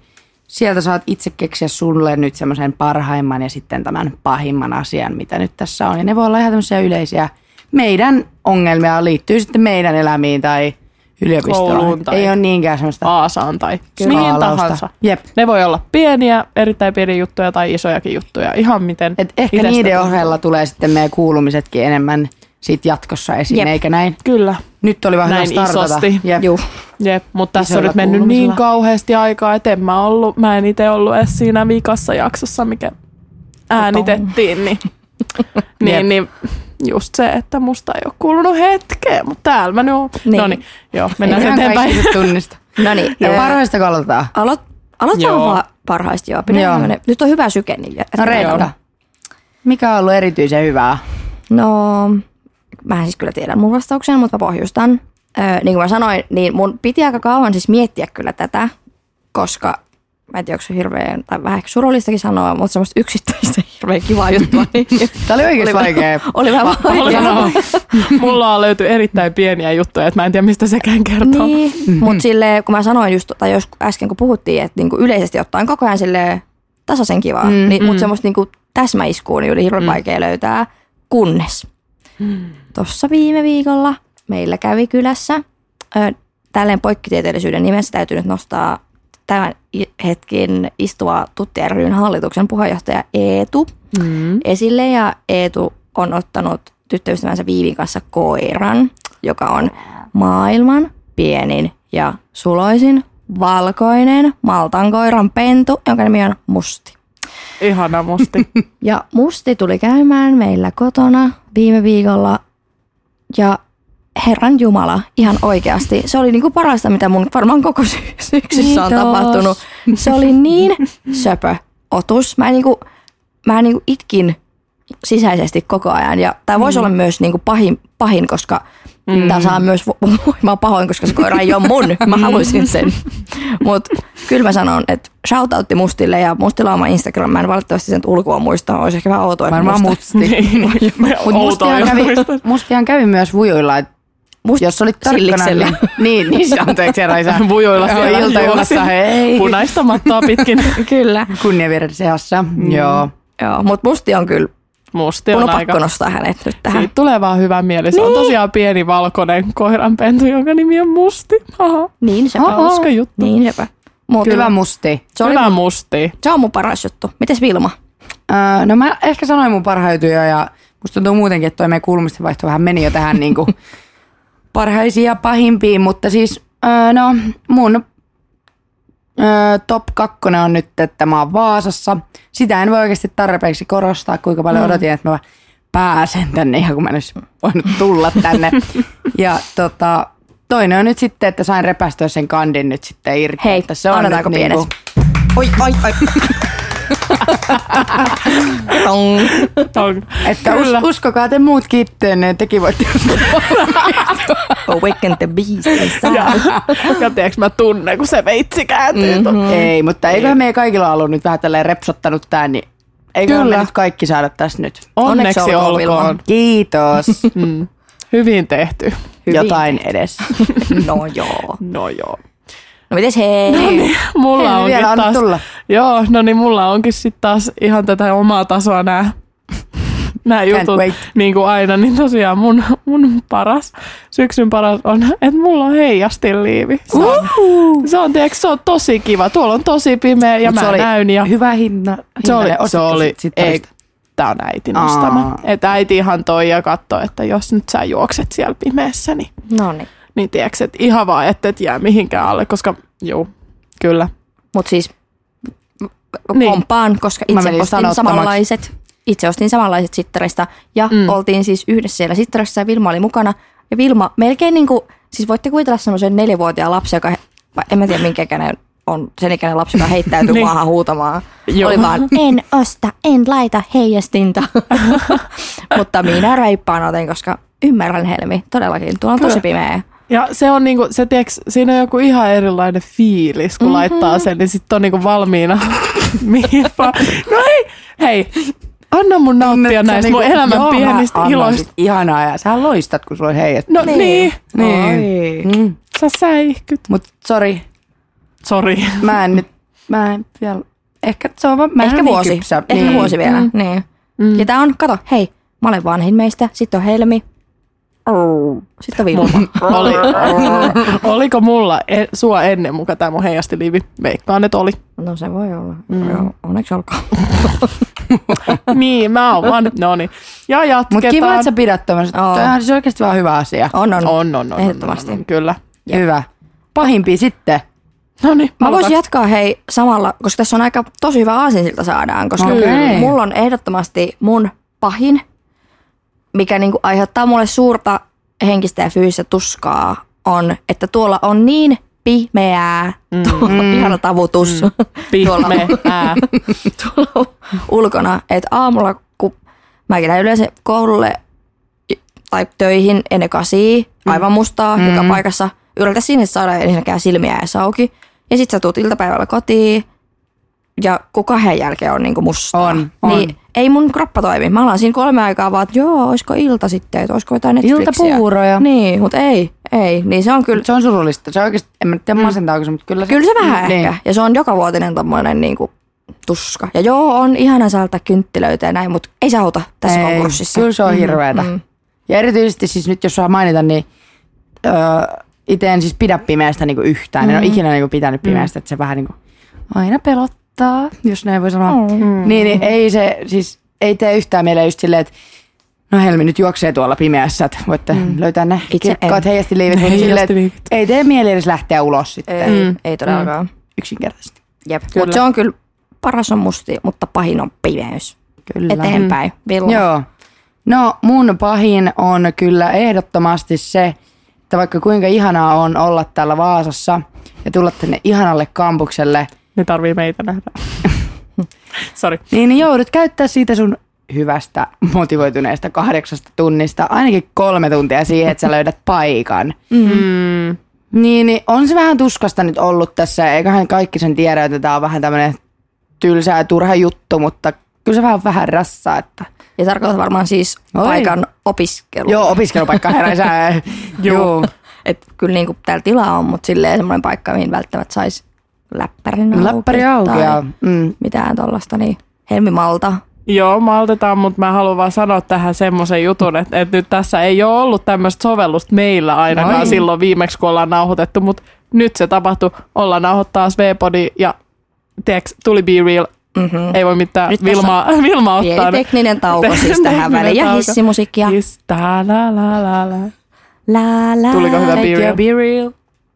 Speaker 2: sieltä saat itse keksiä sulle nyt semmoisen parhaimman ja sitten tämän pahimman asian, mitä nyt tässä on. Ja ne voi olla ihan tämmöisiä yleisiä meidän ongelmia, liittyy sitten meidän elämiin tai yliopistoon.
Speaker 1: Kouluun tai-
Speaker 2: Ei ole niinkään semmoista
Speaker 1: Aasaan tai
Speaker 2: Kyllä.
Speaker 1: mihin
Speaker 2: skaalausta.
Speaker 1: tahansa.
Speaker 2: Jep.
Speaker 1: Ne voi olla pieniä, erittäin pieniä juttuja tai isojakin juttuja. Ihan miten.
Speaker 2: Et ehkä
Speaker 1: itestä
Speaker 2: niiden
Speaker 1: tuntuu.
Speaker 2: ohella tulee sitten meidän kuulumisetkin enemmän sit jatkossa esiin,
Speaker 3: Jep.
Speaker 2: Jep. eikä näin?
Speaker 1: Kyllä.
Speaker 2: Nyt oli vähän
Speaker 1: Näin
Speaker 2: hyvä startata.
Speaker 1: isosti.
Speaker 2: Jep.
Speaker 3: Juu.
Speaker 1: Jep, mutta tässä on
Speaker 2: Isoilla
Speaker 1: nyt mennyt niin
Speaker 2: kuulumisilla.
Speaker 1: kauheasti aikaa, että en mä, ollut, mä en itse ollut edes siinä viikassa jaksossa, mikä äänitettiin, niin,
Speaker 2: Jep.
Speaker 1: niin, niin just se, että musta ei ole kuulunut hetkeä, mutta täällä mä nyt oon.
Speaker 3: Niin.
Speaker 1: No niin, joo, mennään
Speaker 2: Eiköhän
Speaker 1: eteenpäin.
Speaker 2: kaikki se tunnista.
Speaker 3: No niin,
Speaker 2: Ja
Speaker 3: öö,
Speaker 2: Eh, parhaista kalotetaan.
Speaker 3: Alo- aloitetaan
Speaker 1: Joo.
Speaker 3: vaan parhaista, joo. Pidetään
Speaker 2: Joo.
Speaker 3: tämmönen- Nyt on hyvä syke. Niin
Speaker 2: No
Speaker 3: jatketaan.
Speaker 2: Reetta, mikä on ollut erityisen hyvää?
Speaker 3: No, mä siis kyllä tiedän mun vastauksen, mutta mä pohjustan. Öö, niin kuin mä sanoin, niin mun piti aika kauan siis miettiä kyllä tätä, koska mä en tiedä, onko se hirveän, tai vähän ehkä surullistakin sanoa, mutta semmoista yksittäistä hirveän kivaa juttua. Niin
Speaker 2: Tämä oli oikeasti
Speaker 3: Oli-
Speaker 2: vaikea.
Speaker 3: oli vähän
Speaker 1: Oli
Speaker 3: vaikea.
Speaker 1: sanoa. Mulla on löyty erittäin pieniä juttuja, että mä en tiedä mistä sekään kertoo. Niin.
Speaker 3: Mhm. Niin, mutta silleen, kun mä sanoin just, tai jos äsken kun puhuttiin, että niinku yleisesti ottaen koko ajan silleen tasaisen kivaa. Mm, niin, mm. Mutta semmoista niinku täsmäiskua niin oli hirveän mm. vaikea löytää, kunnes tuossa viime viikolla meillä kävi kylässä, ö, tälleen poikkitieteellisyyden nimessä täytyy nyt nostaa tämän i- hetkin istuva Tutti ryn hallituksen puheenjohtaja Eetu
Speaker 5: Mm.
Speaker 3: esille ja Eetu on ottanut tyttöystävänsä Viivin kanssa koiran, joka on maailman pienin ja suloisin valkoinen maltankoiran pentu, jonka nimi on Musti.
Speaker 1: Ihana musti.
Speaker 3: Ja Musti tuli käymään meillä kotona viime viikolla ja herran jumala, ihan oikeasti. Se oli niinku parasta, mitä mun varmaan koko sy- syksyssä on
Speaker 2: Kiitos.
Speaker 3: tapahtunut. Se oli niin söpö otus. Mä, niinku, mä niinku itkin sisäisesti koko ajan. Ja tämä voisi olla myös niinku pahin, pahin, koska mm. tämä saa myös vo- voimaa pahoin, koska se koira ei ole mun. Mä haluaisin sen. Mutta kyllä mä sanon, että shoutoutti Mustille ja Mustilla on oma Instagram. Mä en valitettavasti sen ulkoa muista. Olisi ehkä vähän outoa, että
Speaker 5: Varmaan
Speaker 3: musta.
Speaker 5: musti.
Speaker 1: niin,
Speaker 2: Mutta
Speaker 1: outoa,
Speaker 2: mustihan
Speaker 1: jos
Speaker 2: kävi,
Speaker 1: muistat.
Speaker 2: mustihan kävi myös vujuilla, et
Speaker 3: Must-
Speaker 2: jos olit tarkkana.
Speaker 3: silliksellä.
Speaker 2: Niin, niin, niin se- anteeksi, herra isä.
Speaker 1: Vujoilla
Speaker 2: Joo,
Speaker 1: siellä
Speaker 2: Iltajuhlassa,
Speaker 1: juoksin.
Speaker 2: hei.
Speaker 1: Punaista mattaa pitkin.
Speaker 3: Kyllä.
Speaker 2: Kunniavirran seassa,
Speaker 1: Mm.
Speaker 2: joo.
Speaker 3: Joo, mutta Musti on kyllä,
Speaker 1: Musti
Speaker 3: mun on
Speaker 1: on
Speaker 3: pakko
Speaker 1: aika.
Speaker 3: nostaa hänet nyt tähän.
Speaker 1: Siitä tulee vaan hyvä mieli. Se on tosiaan pieni valkoinen koiranpentu, jonka nimi on Musti. Aha.
Speaker 3: Niin sepä.
Speaker 1: Aha. Hauska juttu.
Speaker 3: Niin sepä. Mut,
Speaker 2: Hyvä musti.
Speaker 3: Se, oli,
Speaker 1: Hyvä Musti.
Speaker 3: se on mun paras juttu. Mites Vilma?
Speaker 2: Öö, no mä ehkä sanoin mun parhaita jo ja musta tuntuu muutenkin, että toi meidän kuulumisten vaihto vähän meni jo tähän niin kuin parhaisiin ja pahimpiin, mutta siis öö, no mun öö, top kakkonen on nyt, että mä oon Vaasassa. Sitä en voi oikeasti tarpeeksi korostaa, kuinka paljon
Speaker 3: Mm.
Speaker 2: odotin, että mä pääsen tänne ihan kun mä en olisi voinut tulla tänne. ja tota, toinen on nyt sitten, että sain repästyä sen kandin nyt sitten irti.
Speaker 3: Hei,
Speaker 2: että se on
Speaker 3: annetaanko
Speaker 2: nyt
Speaker 3: pienet?
Speaker 2: niinku-
Speaker 3: Oi, oi, oi. Tong.
Speaker 1: On.
Speaker 2: Että us,
Speaker 1: Kyllä.
Speaker 2: uskokaa te muutkin itteenne, tekin voitte
Speaker 3: Awaken the beast.
Speaker 1: Ja, ja tiedätkö, mä tunnen, kun se veitsi kääntyy. Mm-hmm.
Speaker 2: Ei, mutta eiköhän meidän kaikilla ollut nyt vähän tälleen repsottanut tää, niin eiköhän
Speaker 1: Kyllä.
Speaker 2: me nyt kaikki saada tässä nyt.
Speaker 1: Onneksi,
Speaker 3: Onneksi olkoon,
Speaker 1: olkoon.
Speaker 3: Vilma.
Speaker 2: Kiitos.
Speaker 1: Hyvin tehty.
Speaker 2: Jotain edes.
Speaker 3: No joo.
Speaker 1: No joo. niin,
Speaker 3: No mites hei?
Speaker 1: Mulla
Speaker 2: Ei
Speaker 1: onkin
Speaker 2: vielä anna
Speaker 1: taas...
Speaker 2: tulla.
Speaker 1: Joo, no niin mulla onkin sitten taas ihan tätä omaa tasoa nämä nämä jutut,
Speaker 2: wait.
Speaker 1: niin kuin aina, niin tosiaan mun, mun paras, syksyn paras on, että mulla on heijastinliivi. Se on, se on, tiedätkö, se on tosi kiva. Tuolla on tosi pimeä ja
Speaker 2: Mut
Speaker 1: mä
Speaker 2: se oli
Speaker 1: näyn. Ja
Speaker 2: Hyvä hinna.
Speaker 1: se oli,
Speaker 2: hintainen.
Speaker 1: se
Speaker 2: Ostatko
Speaker 1: oli,
Speaker 2: sit- sit
Speaker 1: ei,
Speaker 2: todista?
Speaker 1: tää on äitin
Speaker 2: Aa.
Speaker 1: ostama. Että äiti ihan toi ja katsoi, että jos nyt sä juokset siellä pimeässä, niin,
Speaker 3: No niin.
Speaker 1: niin tiedätkö, että ihan vaan, että et jää mihinkään alle, koska juu, kyllä.
Speaker 3: Mut siis
Speaker 1: Niin.
Speaker 3: niin. kompaan, koska
Speaker 2: Mä
Speaker 3: itse
Speaker 2: menin
Speaker 3: ostin
Speaker 2: sanottomaksi.
Speaker 3: samanlaiset. Itse ostin samanlaiset sittarista ja mm. oltiin siis yhdessä siellä sittarissa ja Vilma oli mukana. Ja Vilma melkein niin kuin, siis voitte kuvitella semmoisen neljävuotiaan lapsen, joka, he- vai en mä tiedä minkä ikäinen on sen ikäinen lapsi, joka heittäytyy
Speaker 1: Niin.
Speaker 3: niin. maahan huutamaan.
Speaker 1: Joo.
Speaker 3: Joo. Oli vaan, en osta, en laita heijastinta. Mutta minä reippaan otin, koska ymmärrän Helmi, todellakin. Tuolla on tosi pimeä.
Speaker 1: Ja se on niinku, se tiiäks, siinä on joku ihan erilainen fiilis, kun mm-hmm. laittaa sen, niin sitten on niinku valmiina. mihin vaan. no hei, hei, anna mun nauttia
Speaker 2: Nyt sä
Speaker 1: näistä
Speaker 2: niinku-
Speaker 1: mun elämän
Speaker 2: Joo, mä
Speaker 1: pienistä
Speaker 2: annan
Speaker 1: iloista.
Speaker 2: sit. Ihanaa, ja sä loistat, kun sulla on heijat.
Speaker 1: No niin, niin.
Speaker 2: Niin. Mm.
Speaker 1: sä säihkyt.
Speaker 2: Mut sori,
Speaker 1: Sori.
Speaker 2: mä en nyt, mä en vielä, ehkä se on vaan, mä en
Speaker 3: Ehkä
Speaker 2: ole niin
Speaker 3: vuosi.
Speaker 2: kypsä.
Speaker 3: Ehkä niin. vuosi vielä. Mm. Niin. Mm. Ja tää on, kato, hei, mä olen vanhin meistä, sitten on Helmi, Au. sitten on Vilma.
Speaker 1: Oli, oliko mulla e, sua ennen muka tämä mun heijastiliivi? Veikkaan, että oli.
Speaker 3: No se voi olla. Mm. Joo, onneksi olkoon.
Speaker 1: Niin, mä oon vaan. No niin. Ja
Speaker 2: Mutta
Speaker 1: jatketaan.
Speaker 2: kiva, että sä pidät tuommoiset.
Speaker 3: Oo.
Speaker 2: Tämä on siis oikeasti vaan hyvä asia.
Speaker 3: On,
Speaker 1: on, on,
Speaker 3: on.
Speaker 1: on, on,
Speaker 3: Ehdottomasti.
Speaker 1: on, on, kyllä.
Speaker 2: Hyvä. Pahimpia sitten.
Speaker 1: No niin,
Speaker 3: Mä voisin jatkaa hei samalla, koska tässä on aika tosi hyvä aasinsilta saadaan, koska
Speaker 2: Okei.
Speaker 3: okay. mulla on ehdottomasti mun pahin, mikä niinku aiheuttaa mulle suurta henkistä ja fyysistä tuskaa, on, että tuolla on niin pimeää, tuolla mm. ihana tavutus. Mm. Tuolla on
Speaker 1: Pihmeää.
Speaker 3: tuolla ulkona, että aamulla, kun mäkin lähden yleensä koululle i- tai töihin ennen kasia, aivan mustaa mm. joka paikassa, yritä sinne saada ensinnäkään silmiä edes auki. Ja sit sä tuut iltapäivällä kotiin ja kun kahden jälkeen on niinku mustaa.
Speaker 2: On, on.
Speaker 3: Niin ei mun kroppa toimi. Mä alan siinä kolme aikaa vaan, että joo, oisko ilta sitten, että oisko jotain Netflixiä.
Speaker 2: Iltapuuroja.
Speaker 3: Niin, mutta ei, ei. Niin se on kyllä,
Speaker 2: Se on surullista. Se oikeasti, en mä nyt tiedä masentaako se, mutta Mm. kyllä se...
Speaker 3: kyllä se vähän
Speaker 2: niin.
Speaker 3: ehkä. Ja se on joka vuotinen tommonen niinku tuska. Ja joo, on ihana saalta kynttilöitä ja näin, mutta ei se auta tässä ei, konkurssissa.
Speaker 2: Kyllä se on hirveetä. Mm-hmm. Ja erityisesti siis nyt, jos saa mainita, niin öö, itse en siis pidä pimeästä niinku yhtään. Mm-hmm. En ole ikinä niinku pitänyt pimeästä, että se vähän niinku aina pelottaa, jos näin voi sanoa.
Speaker 3: Mm.
Speaker 2: Mm-hmm. Niin, niin ei se siis, ei tee yhtään mieleen just silleen, että no Helmi nyt juoksee tuolla pimeässä, että voitte mm. löytää ne
Speaker 3: Itse
Speaker 2: kirkkaat
Speaker 3: en.
Speaker 2: heijastiliivit. mutta silleen, että
Speaker 1: Heijastiliivit.
Speaker 2: Ei tee mieli edes lähteä ulos sitten, mm.
Speaker 3: Ei, ei todellakaan. Mm.
Speaker 2: yksinkertaisesti.
Speaker 3: Jep. Mutta se on kyllä, paras on musti, mutta pahin on pimeys.
Speaker 2: Kyllä. Mm.
Speaker 3: Eteenpäin. Vilma.
Speaker 2: Joo. No mun pahin on kyllä ehdottomasti se, että vaikka kuinka ihanaa on olla täällä Vaasassa ja tulla tänne ihanalle kampukselle,
Speaker 1: Ne tarvii meitä nähdä. Sori.
Speaker 2: niin joudut käyttää siitä sun hyvästä motivoituneesta kahdeksasta tunnista ainakin kolme tuntia siihen, että sä löydät paikan.
Speaker 1: Mm.
Speaker 2: Niin, niin on se vähän tuskasta nyt ollut tässä, eiköhän kaikki sen tiedä, että tämä on vähän tämmöinen tylsä ja turha juttu, mutta kyllä se vähän vähän rassaa, että
Speaker 3: Ja tarkoitat varmaan siis
Speaker 2: Oi.
Speaker 3: paikan opiskelu.
Speaker 2: joo, opiskelupaikka heräisää. joo.
Speaker 3: Et kyllä niinku täällä tilaa on, mutta silleen semmoinen paikka, mihin välttämättä saisi läppärin auki.
Speaker 2: Läppäri auki
Speaker 3: tai
Speaker 2: ja mm,
Speaker 3: mitään tollasta, niin helmimalta.
Speaker 1: Joo, maltetaan, mutta mä haluan vaan sanoa tähän semmoisen jutun, että, että nyt tässä ei ole ollut tämmöistä sovellusta meillä ainakaan
Speaker 2: Noin.
Speaker 1: silloin viimeksi, kun ollaan nauhoitettu, mutta nyt se tapahtui. Ollaan nauhoittu taas V-podi ja tiedätkö, tuli Be Real.
Speaker 3: Mm-hmm.
Speaker 1: Ei voi mitään
Speaker 3: Nyt
Speaker 1: Vilmaa, Vilmaa
Speaker 3: Pieni
Speaker 1: ottaa.
Speaker 3: tekninen tauko siis
Speaker 1: Tekninen
Speaker 3: tähän väliin ja
Speaker 1: tauko.
Speaker 3: hissimusiikkia.
Speaker 1: Yes, ta la la la la.
Speaker 3: La, la.
Speaker 1: Tuliko hyvä Be Real?
Speaker 2: be real.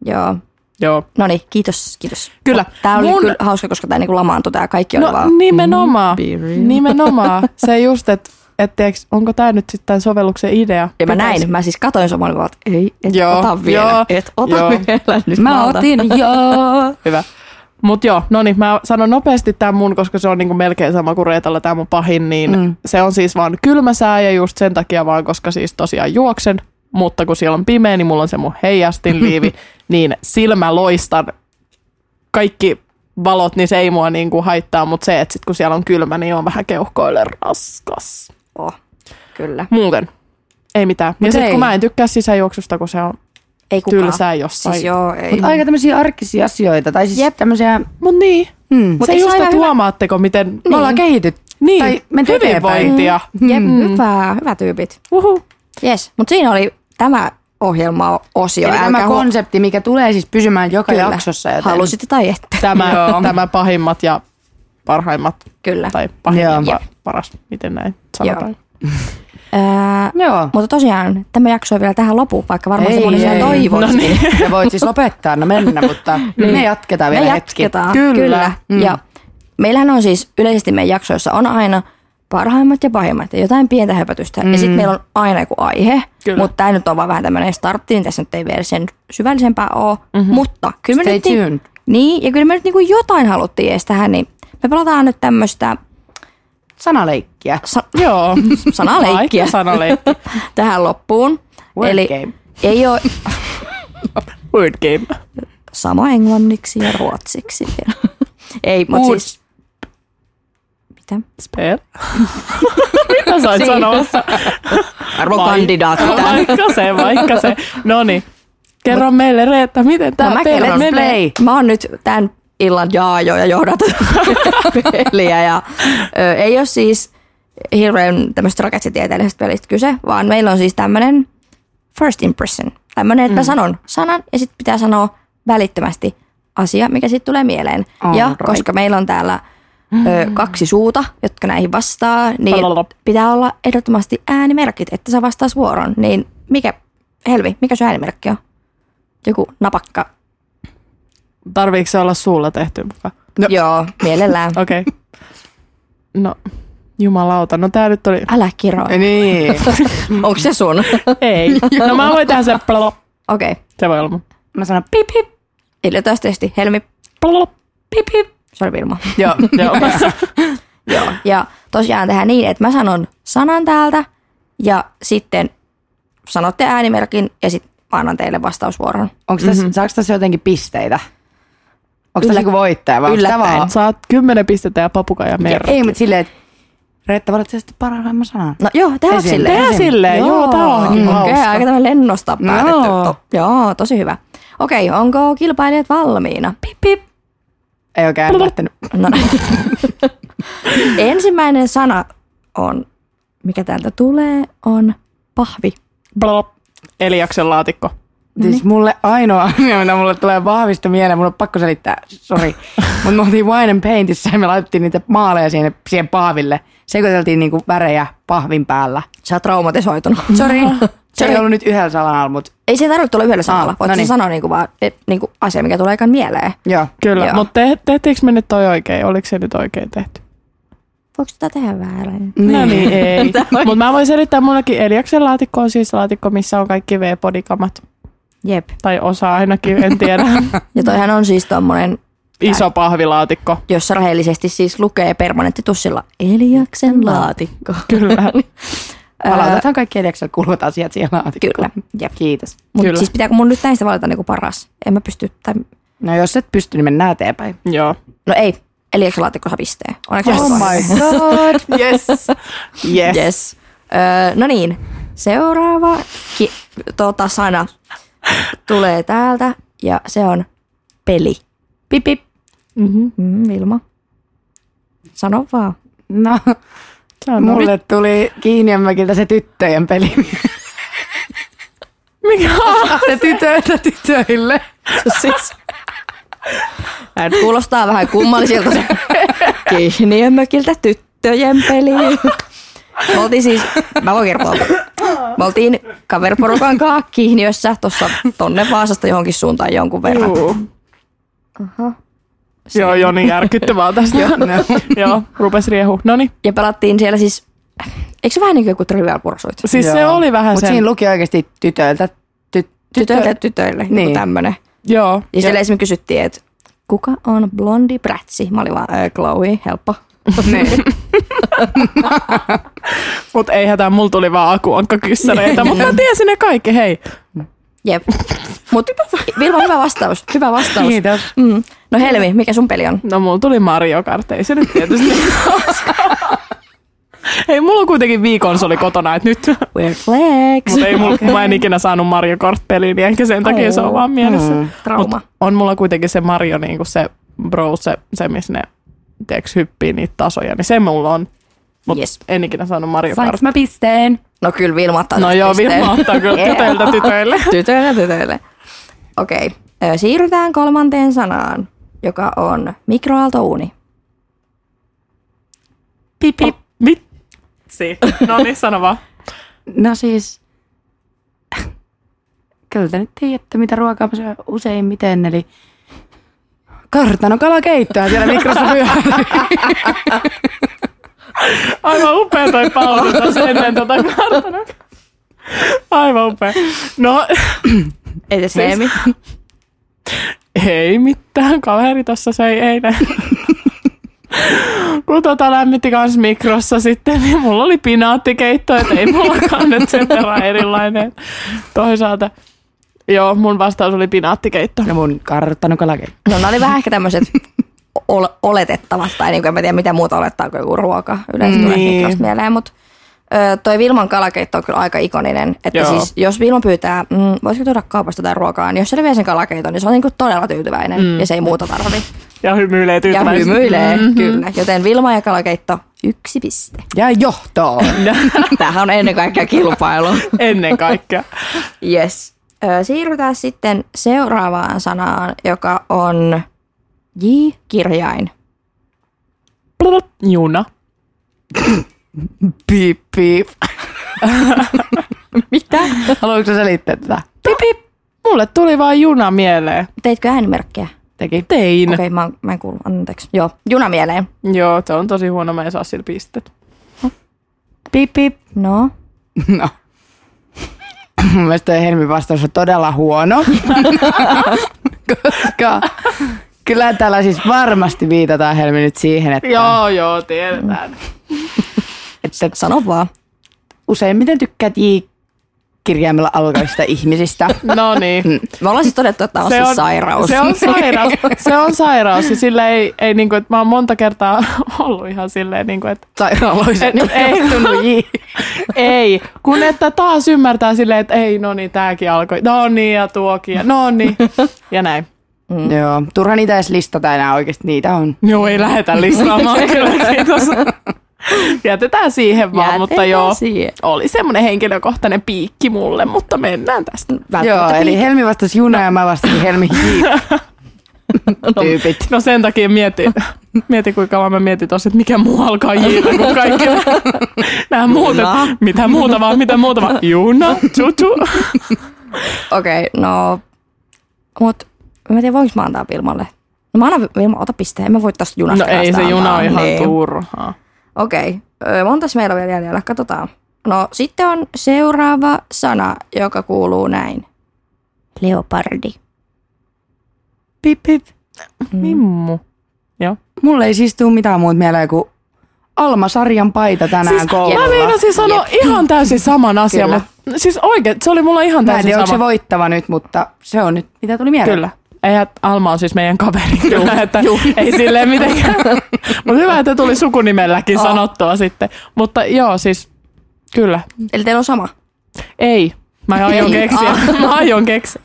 Speaker 3: Joo.
Speaker 1: Joo.
Speaker 3: No niin, kiitos, kiitos.
Speaker 1: Kyllä.
Speaker 3: Tämä oli
Speaker 1: Mun-
Speaker 3: kyllä hauska, koska tämä niinku lamaantui tämä kaikki oli
Speaker 1: no,
Speaker 3: vaan.
Speaker 1: nimenomaan.
Speaker 3: Mm-hmm. be real.
Speaker 1: Nimenomaan. Se just, että et, tiiäks, onko tämä nyt sitten tämän sovelluksen idea?
Speaker 3: Ja mä
Speaker 1: Pitäis-
Speaker 3: näin, mä siis katoin samoin, vaan, että ei, et
Speaker 1: Joo,
Speaker 3: ota vielä,
Speaker 1: joo,
Speaker 3: et ota
Speaker 1: joo.
Speaker 3: vielä nyt
Speaker 2: Mä
Speaker 3: malta.
Speaker 2: otin, joo.
Speaker 1: Hyvä. Mut joo, no niin, mä sanon nopeasti tämän mun, koska se on niinku melkein sama kuin Reetalla tämä mun pahin, niin
Speaker 2: Mm.
Speaker 1: mm. se on siis vaan kylmä sää ja just sen takia vaan, koska siis tosiaan juoksen, mutta kun siellä on pimeä, niin mulla on se mun heijastinliivi, niin silmä loistan kaikki valot, niin se ei mua niinku haittaa, mutta se, että sit kun siellä on kylmä, niin on vähän keuhkoille raskas.
Speaker 3: Oh, kyllä.
Speaker 1: Muuten, ei mitään.
Speaker 2: Mut
Speaker 1: ja
Speaker 2: ei.
Speaker 1: sitten kun mä en tykkää sisäjuoksusta, kun se on
Speaker 3: Ei kukaan.
Speaker 1: tylsää jossain.
Speaker 3: Siis
Speaker 1: Siis
Speaker 3: joo, ei.
Speaker 2: Aika tämmöisiä arkisia asioita, tai siis Jep.
Speaker 3: Jep.
Speaker 2: tämmöisiä,
Speaker 1: Mut niin,
Speaker 2: mm,
Speaker 1: Mut se
Speaker 3: eikö se
Speaker 1: just,
Speaker 3: ole
Speaker 1: että
Speaker 3: hyvä-
Speaker 1: huomaatteko, miten no
Speaker 2: me ollaan kehitytty.
Speaker 1: Niin,
Speaker 2: Tai Mm. menty
Speaker 1: hyvinvointia.
Speaker 3: Jep, hyvä, hyvä tyypit.
Speaker 1: Uhu.
Speaker 3: Yes, mutta siinä oli tämä ohjelma-osio.
Speaker 2: Eli
Speaker 3: Älkää
Speaker 2: tämä
Speaker 3: huo-
Speaker 2: konsepti, mikä tulee siis pysymään joka
Speaker 3: Kyllä.
Speaker 2: jaksossa. Joten...
Speaker 3: Halusitte tai ette.
Speaker 1: Tämä,
Speaker 2: Joo.
Speaker 1: tämä pahimmat ja parhaimmat,
Speaker 3: Kyllä.
Speaker 1: tai pahimmat
Speaker 2: Joo.
Speaker 1: ja paras, miten näin sanotaan.
Speaker 3: Ää,
Speaker 2: Joo.
Speaker 3: mutta tosiaan, tämä jakso on vielä tähän lopuun, vaikka varmaan
Speaker 2: No. Ei,
Speaker 3: se moni
Speaker 2: ei.
Speaker 3: sen toivoo.
Speaker 2: No niin. Ja voit siis lopettaa, no mennä, mutta me jatketaan
Speaker 3: Niin. Me
Speaker 2: vielä hetki.
Speaker 3: jatketaan.
Speaker 1: Kyllä.
Speaker 3: Kyllä. kyllä.
Speaker 2: Mm.
Speaker 3: Mm. Ja meillähän on siis yleisesti meidän jaksoissa on aina parhaimmat ja pahimmat ja jotain pientä höpötystä. Mm. Ja sitten meillä on aina joku aihe,
Speaker 1: Kyllä.
Speaker 3: mutta tämä nyt on vaan vähän tämmöinen startti, niin tässä nyt ei vielä sen syvällisempää ole. Mm-hmm. Mutta kyllä me
Speaker 2: Mhm. Stay
Speaker 3: nyt,
Speaker 2: tuned.
Speaker 3: Niin, ja kyllä me nyt niinku jotain haluttiin edes tähän, niin me pelataan nyt tämmöistä
Speaker 2: Sanaleikkiä.
Speaker 3: sa-
Speaker 1: Joo.
Speaker 3: sanaleikkiä
Speaker 1: Aika sanaleikki.
Speaker 3: tähän loppuun.
Speaker 2: Word
Speaker 3: Eli
Speaker 2: game.
Speaker 3: ei ole
Speaker 1: Word game.
Speaker 3: sama englanniksi ja ruotsiksi vielä. ei, mutta
Speaker 2: Word.
Speaker 3: siis... Mitä?
Speaker 1: Spell. Mitä sä oot
Speaker 3: Siinä.
Speaker 1: sanomassa?
Speaker 3: Arvon
Speaker 1: Vai-
Speaker 3: kandidaatti tähän.
Speaker 1: Vaikka se, vaikka se. Noni. Kerro meille Reetta, miten tämä
Speaker 3: mä
Speaker 1: peli
Speaker 3: kerron.
Speaker 1: menee.
Speaker 2: Play.
Speaker 3: Mä oon nyt tämän illan jaajo ja johdat peliä. Ja, ö, ei ole siis hirveän tämmöistä rakettitieteellisestä pelistä kyse, vaan meillä on siis tämmöinen first impression. Tämmöinen,
Speaker 2: Mm.
Speaker 3: että mä sanon sanan ja sitten pitää sanoa välittömästi asia, mikä sitten tulee mieleen.
Speaker 2: All
Speaker 3: ja
Speaker 2: right. Mm.
Speaker 3: koska meillä on täällä ö, kaksi suuta, jotka näihin vastaa, niin
Speaker 1: Lalalala.
Speaker 3: pitää olla ehdottomasti äänimerkit, että sä vastaas vuoron. Niin mikä, Helvi, mikä sun äänimerkki on? Joku napakka
Speaker 1: Tarviiko se olla suulla tehty mukaan?
Speaker 2: No.
Speaker 3: Joo, mielellään.
Speaker 1: Okei. Okay. No, jumalauta. No tää nyt oli...
Speaker 3: Älä kiroa.
Speaker 2: Niin.
Speaker 3: Onko se sun?
Speaker 1: Ei. No mä voin tehdä se plop.
Speaker 3: Okei. Okay.
Speaker 1: Se voi olla mun.
Speaker 2: Mä sanon pip pip.
Speaker 3: Eli taas testi. Helmi.
Speaker 1: Plop.
Speaker 3: Pip, pip. Se oli Vilma.
Speaker 2: Joo.
Speaker 1: Joo.
Speaker 3: Joo. Ja tosiaan tehdään niin, että mä sanon sanan täältä ja sitten sanotte äänimerkin ja sitten mä annan teille vastausvuoron.
Speaker 2: Onko tässä, mm-hmm. saako tässä jotenkin pisteitä? Onko
Speaker 3: Mhm. Yllä-
Speaker 2: tässä joku voittaja vai onko tämä
Speaker 3: yllättäen.
Speaker 2: vaan?
Speaker 1: Saat kymmenen pistettä ja papukaija merkki.
Speaker 2: Ei, mutta silleen, että Reetta valitsi sitten parhaimman sanan.
Speaker 3: No joo, tehdään
Speaker 2: Esim.
Speaker 3: silleen.
Speaker 1: Tehdään silleen, joo, tää onkin
Speaker 3: Mm, Okei,
Speaker 1: hauska. No.
Speaker 3: aika tämmönen lennosta
Speaker 2: Joo.
Speaker 3: päätetty. To- Joo, tosi hyvä. Okei, onko kilpailijat valmiina? Pip, pip.
Speaker 2: Ei oikein lähtenyt.
Speaker 3: No. Ensimmäinen sana on, mikä täältä tulee, on pahvi.
Speaker 1: Blop. Eliaksen laatikko.
Speaker 2: Siis mulle ainoa asia, mitä mulle tulee vahvista mieleen, mun on pakko selittää, sori. Mutta me oltiin Wine and Paintissa ja me laitettiin niitä maaleja siihen, siihen pahville. Sekoiteltiin niinku värejä pahvin päällä.
Speaker 3: Sä oot traumatisoitunut.
Speaker 2: Sori. Se ei ollut nyt yhdellä sanalla, mutta
Speaker 3: Ei se tarvitse olla yhdellä sanalla.
Speaker 2: Aa,
Speaker 3: Voit
Speaker 2: no
Speaker 3: no niin.
Speaker 2: niin.
Speaker 3: sanoa niinku vaan et, niinku asia, mikä tulee ekan mieleen.
Speaker 2: joo.
Speaker 1: Kyllä,
Speaker 3: Joo.
Speaker 1: mutta te, tehtiinkö me nyt toi oikein? Oliko se nyt oikein tehty?
Speaker 3: Voiko sitä tehdä väärin?
Speaker 1: No niin, ei. Mutta mä voin selittää mullekin. Eliaksen laatikko on siis laatikko, missä on kaikki V-podikamat.
Speaker 3: Jep.
Speaker 1: Tai osa ainakin, en tiedä.
Speaker 3: Ja toihan on siis tommonen,
Speaker 1: Iso pahvilaatikko.
Speaker 3: jossa rehellisesti siis lukee permanenttitussilla Eliaksen laatikko. Niin.
Speaker 1: Kyllä.
Speaker 2: Palautetaan kaikki edeksellä kuuluvat asiat siihen laatikkoon.
Speaker 3: Kyllä. Jep.
Speaker 2: Kiitos.
Speaker 3: Mutta
Speaker 1: Kyllä.
Speaker 3: siis pitääkö mun nyt näistä valita niinku paras? En mä pysty, tai...
Speaker 2: No jos et pysty, niin mennään eteenpäin.
Speaker 1: Joo.
Speaker 3: No ei, Eliaksen laatikko saa pisteen. Onneksi
Speaker 1: Yes.
Speaker 3: olkoon.
Speaker 2: Oh god, yes.
Speaker 1: Yes. yes.
Speaker 3: Yes. Öö, no niin, seuraava ki- tota sana tulee täältä ja se on peli.
Speaker 2: Pip, pip.
Speaker 1: Mm-hmm.
Speaker 3: Mm, Vilma, sano vaan.
Speaker 2: No, mulle tuli Kiinianmäkiltä se tyttöjen peli.
Speaker 1: Mikä on?
Speaker 2: se tytöitä tytöille.
Speaker 3: Siis. Tää nyt kuulostaa vähän kummallisilta se Kihniön mökiltä tyttöjen peli. Me oltiin siis, mä voin kertoa. Me oltiin kaveriporukan kanssa Kihniössä tuossa tonne Vaasasta johonkin suuntaan jonkun verran.
Speaker 1: Juu. Joo, joo, niin järkyttävää tästä. joo, joo, rupes riehu. No niin,
Speaker 3: Ja pelattiin siellä siis, eikö se vähän niin kuin joku Trivial Pursuit?
Speaker 1: siis se
Speaker 2: Joo.
Speaker 1: oli vähän
Speaker 2: Mutta
Speaker 1: sen.
Speaker 2: siinä luki oikeasti tytöiltä. Ty-
Speaker 3: Tytöille tytöille, niin. joku
Speaker 2: Niin.
Speaker 3: tämmönen.
Speaker 1: Joo.
Speaker 3: Ja siellä esimerkiksi kysyttiin, että kuka on blondi prätsi? Mä olin vaan, "Ää, Chloe, helppo.
Speaker 2: niin.
Speaker 1: Mutta ei hätää, mulla tuli vaan akuankkakyssäreitä, mutta mä tiesin ne kaikki, hei.
Speaker 3: Jep. Mut Vilma, hyvä vastaus. Hyvä vastaus.
Speaker 2: Kiitos.
Speaker 3: Mm. No Helmi, mikä sun peli on?
Speaker 1: No mulla tuli Mario Kart, ei se nyt tietysti Ei, mulla on kuitenkin viikonsoli kotona, että nyt.
Speaker 3: Weird flex.
Speaker 1: Mutta ei mulla, kun mä en ikinä saanut Mario Kart-peliä, niin ehkä sen takia se on vaan mielessä. Mm.
Speaker 3: Oh. Hmm. Trauma.
Speaker 1: On mulla kuitenkin se Mario, niin kuin se bro, se, se missä ne tiiäks, hyppii niitä tasoja, niin se mulla on. Mutta
Speaker 3: Yes.
Speaker 1: yes. en ikinä saanut Mario
Speaker 2: Saanko
Speaker 1: Kart.
Speaker 2: mä pisteen?
Speaker 3: No kyllä Vilma ottaa
Speaker 1: No
Speaker 3: tästä
Speaker 1: joo,
Speaker 3: pisteen.
Speaker 1: Vilma ottaa kyllä
Speaker 3: Yeah.
Speaker 1: tytöiltä tytöille.
Speaker 3: tytöille, tytöille. Okei, Ö, siirrytään kolmanteen sanaan, joka on mikroaaltouuni.
Speaker 2: Pip, pip.
Speaker 1: Vitsi. No niin, sano vaan.
Speaker 2: No siis, kyllä te nyt tiedätte, mitä ruokaa mä syön useimmiten, eli kartano kalakeittoa siellä mikrossa pyörii.
Speaker 1: Aivan upea toi pausi tässä ennen tätä kartana. Aivan upea. No,
Speaker 3: Entäs
Speaker 1: siis-
Speaker 3: Helmi?
Speaker 1: ei mitään. Kaveri tässä söi eilen. Kun tota lämmitti kans mikrossa sitten, niin mulla oli pinaattikeitto, että ei mullakaan nyt sen verran erilainen. Toisaalta, joo, mun vastaus oli pinaattikeitto.
Speaker 2: No mun kartano kalakeitto.
Speaker 3: No ne oli vähän ehkä tämmöiset ol- oletettavat, tai niin kuin en mä tiedä mitä muuta olettaa kuin joku ruoka. Yleensä tulee
Speaker 1: Niin.
Speaker 3: mikrosta mieleen, mutta ö, toi Vilman kalakeitto on kyllä aika ikoninen. Että
Speaker 1: Joo.
Speaker 3: siis jos Vilma pyytää, mm, voisiko tuoda kaupasta tai ruokaa, niin jos se vie sen kalakeiton, niin se on niin kuin todella tyytyväinen mm. ja se ei muuta tarvi.
Speaker 1: Ja hymyilee
Speaker 3: Ja
Speaker 1: tyytyväisesti.
Speaker 3: hymyilee, mm-hmm. kyllä. Joten Vilma ja kalakeitto, yksi piste.
Speaker 2: Ja johtoon.
Speaker 3: Tämähän on ennen kaikkea kilpailu.
Speaker 1: Ennen kaikkea.
Speaker 3: Yes. Ö, siirrytään sitten seuraavaan sanaan, joka on J-kirjain.
Speaker 1: Plup, Juna.
Speaker 2: Pip, pip.
Speaker 3: Mitä?
Speaker 2: Haluatko sä selittää tätä?
Speaker 1: Pip, pip. Mulle tuli vaan juna mieleen.
Speaker 3: Teitkö äänimerkkiä?
Speaker 2: Teki.
Speaker 1: Tein.
Speaker 3: Okei, okay, mä, oon- mä en kuulu. Anteeksi. Joo, juna mieleen.
Speaker 1: Joo, se on tosi huono, mä en saa sillä pistet.
Speaker 2: Pip, pip.
Speaker 3: No.
Speaker 2: No. Mun mielestä toi Helmin vastaus on todella huono. Koska kyllä täällä siis varmasti viitataan Helmi nyt siihen, että,
Speaker 1: Joo, joo, tiedetään.
Speaker 2: että
Speaker 3: Sano vaan.
Speaker 2: useimmiten tykkäät J-kirjaimella alkavista ihmisistä.
Speaker 1: No niin.
Speaker 3: Me ollaan siis todettu, että tämä on se siis on, sairaus.
Speaker 1: Se on sairaus. Se on sairaus. Ja sille ei, ei niin kuin, että mä oon monta kertaa ollut ihan silleen, niin kuin, että
Speaker 2: Sairaaloisen.
Speaker 1: Et- ei.
Speaker 2: tunnu J.
Speaker 1: ei. Kun että taas ymmärtää silleen, että ei, no niin, tääkin alkoi. No niin, ja tuokin, ja no niin. Ja näin.
Speaker 2: Mm. Joo, turha niitä edes listata enää oikeasti, niitä on.
Speaker 1: Joo, ei lähetä listaamaan kyllä, kiitos. Jätetään siihen vaan, Jätetään mutta
Speaker 3: Jätetään
Speaker 1: joo,
Speaker 3: siihen.
Speaker 1: oli semmoinen henkilökohtainen piikki mulle, mutta mennään tästä.
Speaker 2: Joo, eli Helmi vastasi Juna no. ja mä vastasin Helmi Hiip. Tyypit.
Speaker 1: No sen takia mietin, mietin kuinka vaan mä mietin tossa, että mikä muu alkaa jillä kuin kaikki nämä muut. et
Speaker 3: Juna.
Speaker 1: Mitä muuta vaan, mitä muuta vaan. Juna, No tutu.
Speaker 3: Okei, okay, no... Mut mä en tiedä, voinko mä antaa Vilmalle. No mä annan Vilma, ota pisteen. Mä voi tosta junasta
Speaker 1: No ei
Speaker 3: päästä
Speaker 1: se juna
Speaker 3: antaa.
Speaker 1: ole ihan
Speaker 3: Niin.
Speaker 1: turhaa.
Speaker 3: Okei, okay. montas meillä on vielä jäljellä? Katsotaan. No sitten on seuraava sana, joka kuuluu näin. Leopardi.
Speaker 1: Pip, pip. Mimmu. Joo.
Speaker 2: Mulle ei siis tuu mitään muuta mieleen kuin Alma Sarjan paita tänään siis, koululla.
Speaker 1: Mä meinasin sanoa ihan täysin saman asian,
Speaker 2: Kyllä.
Speaker 1: mutta siis oikein, se oli mulla ihan
Speaker 2: Mä en
Speaker 1: täysin
Speaker 2: tiedä, onko se
Speaker 1: sama.
Speaker 2: voittava nyt, mutta se on nyt, mitä tuli mieleen.
Speaker 1: Kyllä. Eihän Alma on siis meidän kaveri, kyllä, että ei silleen mitenkään. Mutta hyvä, että tuli sukunimelläkin sanottua sitten. Mutta joo, siis kyllä.
Speaker 3: Eli teillä on sama.
Speaker 1: Ei. Mä aion
Speaker 3: Ei.
Speaker 1: keksiä. Mä aion keksiä.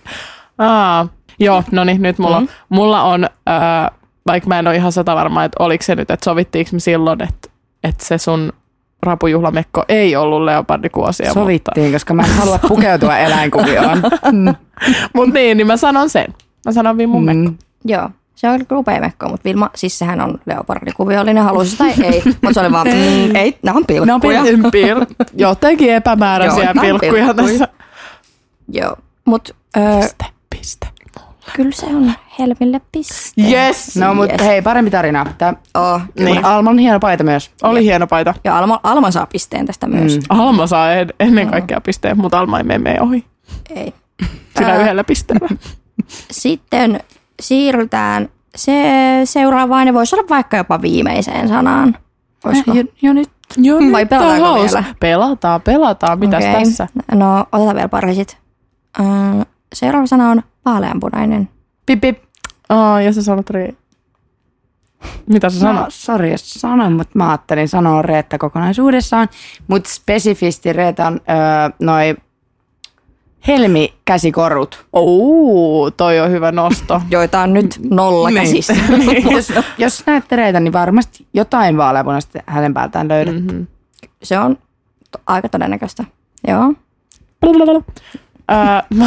Speaker 1: Aa. Joo, no niin, nyt mulla, mm. mulla on, äh, vaikka mä en ole ihan sata varma, että oliko se nyt, että sovittiinko me silloin, että, että se sun rapujuhlamekko ei ollut leopardikuosia. Mutta,
Speaker 2: Sovittiin, koska mä en halua pukeutua eläinkuvioon.
Speaker 1: mutta niin, niin mä sanon sen. Mä sanon vimmun mm.
Speaker 2: Mm.
Speaker 3: Joo. Se on kyllä upea mekko, mutta Vilma, siis sehän on leopardikuviollinen, halusi tai ei. Mutta se oli vaan, mm, ei, nämä on pilkkuja.
Speaker 1: No pil- pil- jotenkin
Speaker 3: Joo,
Speaker 1: epämääräisiä
Speaker 3: no,
Speaker 1: pilkkuja
Speaker 3: pilkkuja.
Speaker 1: tässä.
Speaker 3: Joo, mutta öö,
Speaker 1: Piste, piste.
Speaker 3: kyllä se on Helmille piste.
Speaker 1: Yes!
Speaker 2: No mutta
Speaker 3: Yes.
Speaker 2: hei, parempi tarina. Tää,
Speaker 3: Oh,
Speaker 2: niin. Alman hieno paita myös.
Speaker 1: Oli hieno paita.
Speaker 3: Ja Alma, Alma saa pisteen tästä myös. Mm.
Speaker 1: Alma saa en, ennen kaikkea pisteen, mutta Alma ei mene meidän ohi.
Speaker 3: Ei.
Speaker 1: Sillä
Speaker 3: Ää.
Speaker 1: yhdellä pisteellä.
Speaker 3: Sitten siirrytään se, seuraavaan ja voisi olla vaikka jopa viimeiseen sanaan. Voisiko?
Speaker 2: Jo, jo nyt.
Speaker 1: Joo,
Speaker 3: Vai
Speaker 1: nyt
Speaker 3: pelataanko
Speaker 1: on
Speaker 3: vielä?
Speaker 1: Pelataan, pelataan. Mitäs
Speaker 3: Okei.
Speaker 1: okay. tässä?
Speaker 3: No, otetaan vielä pari sit. Öö, Seuraava sana on vaaleanpunainen.
Speaker 2: Pip, pip.
Speaker 1: Aa, ja sä sanot ri... Mitä sä
Speaker 2: Sano. No,
Speaker 1: sanot?
Speaker 2: sori, jos sanon, mutta mä ajattelin sanoa Reetta kokonaisuudessaan. Mutta spesifisti Reetan öö, noi helmikäsikorut.
Speaker 1: Ouu, toi on hyvä nosto.
Speaker 3: Joita on nyt nolla
Speaker 1: Niin.
Speaker 3: käsissä.
Speaker 2: siis- jos, jos näette Reetan, niin varmasti jotain vaaleanpunaista hänen päältään löydät. Mm-hmm.
Speaker 3: se on to- aika todennäköistä. Joo.
Speaker 1: Blablabla. Ää, mä,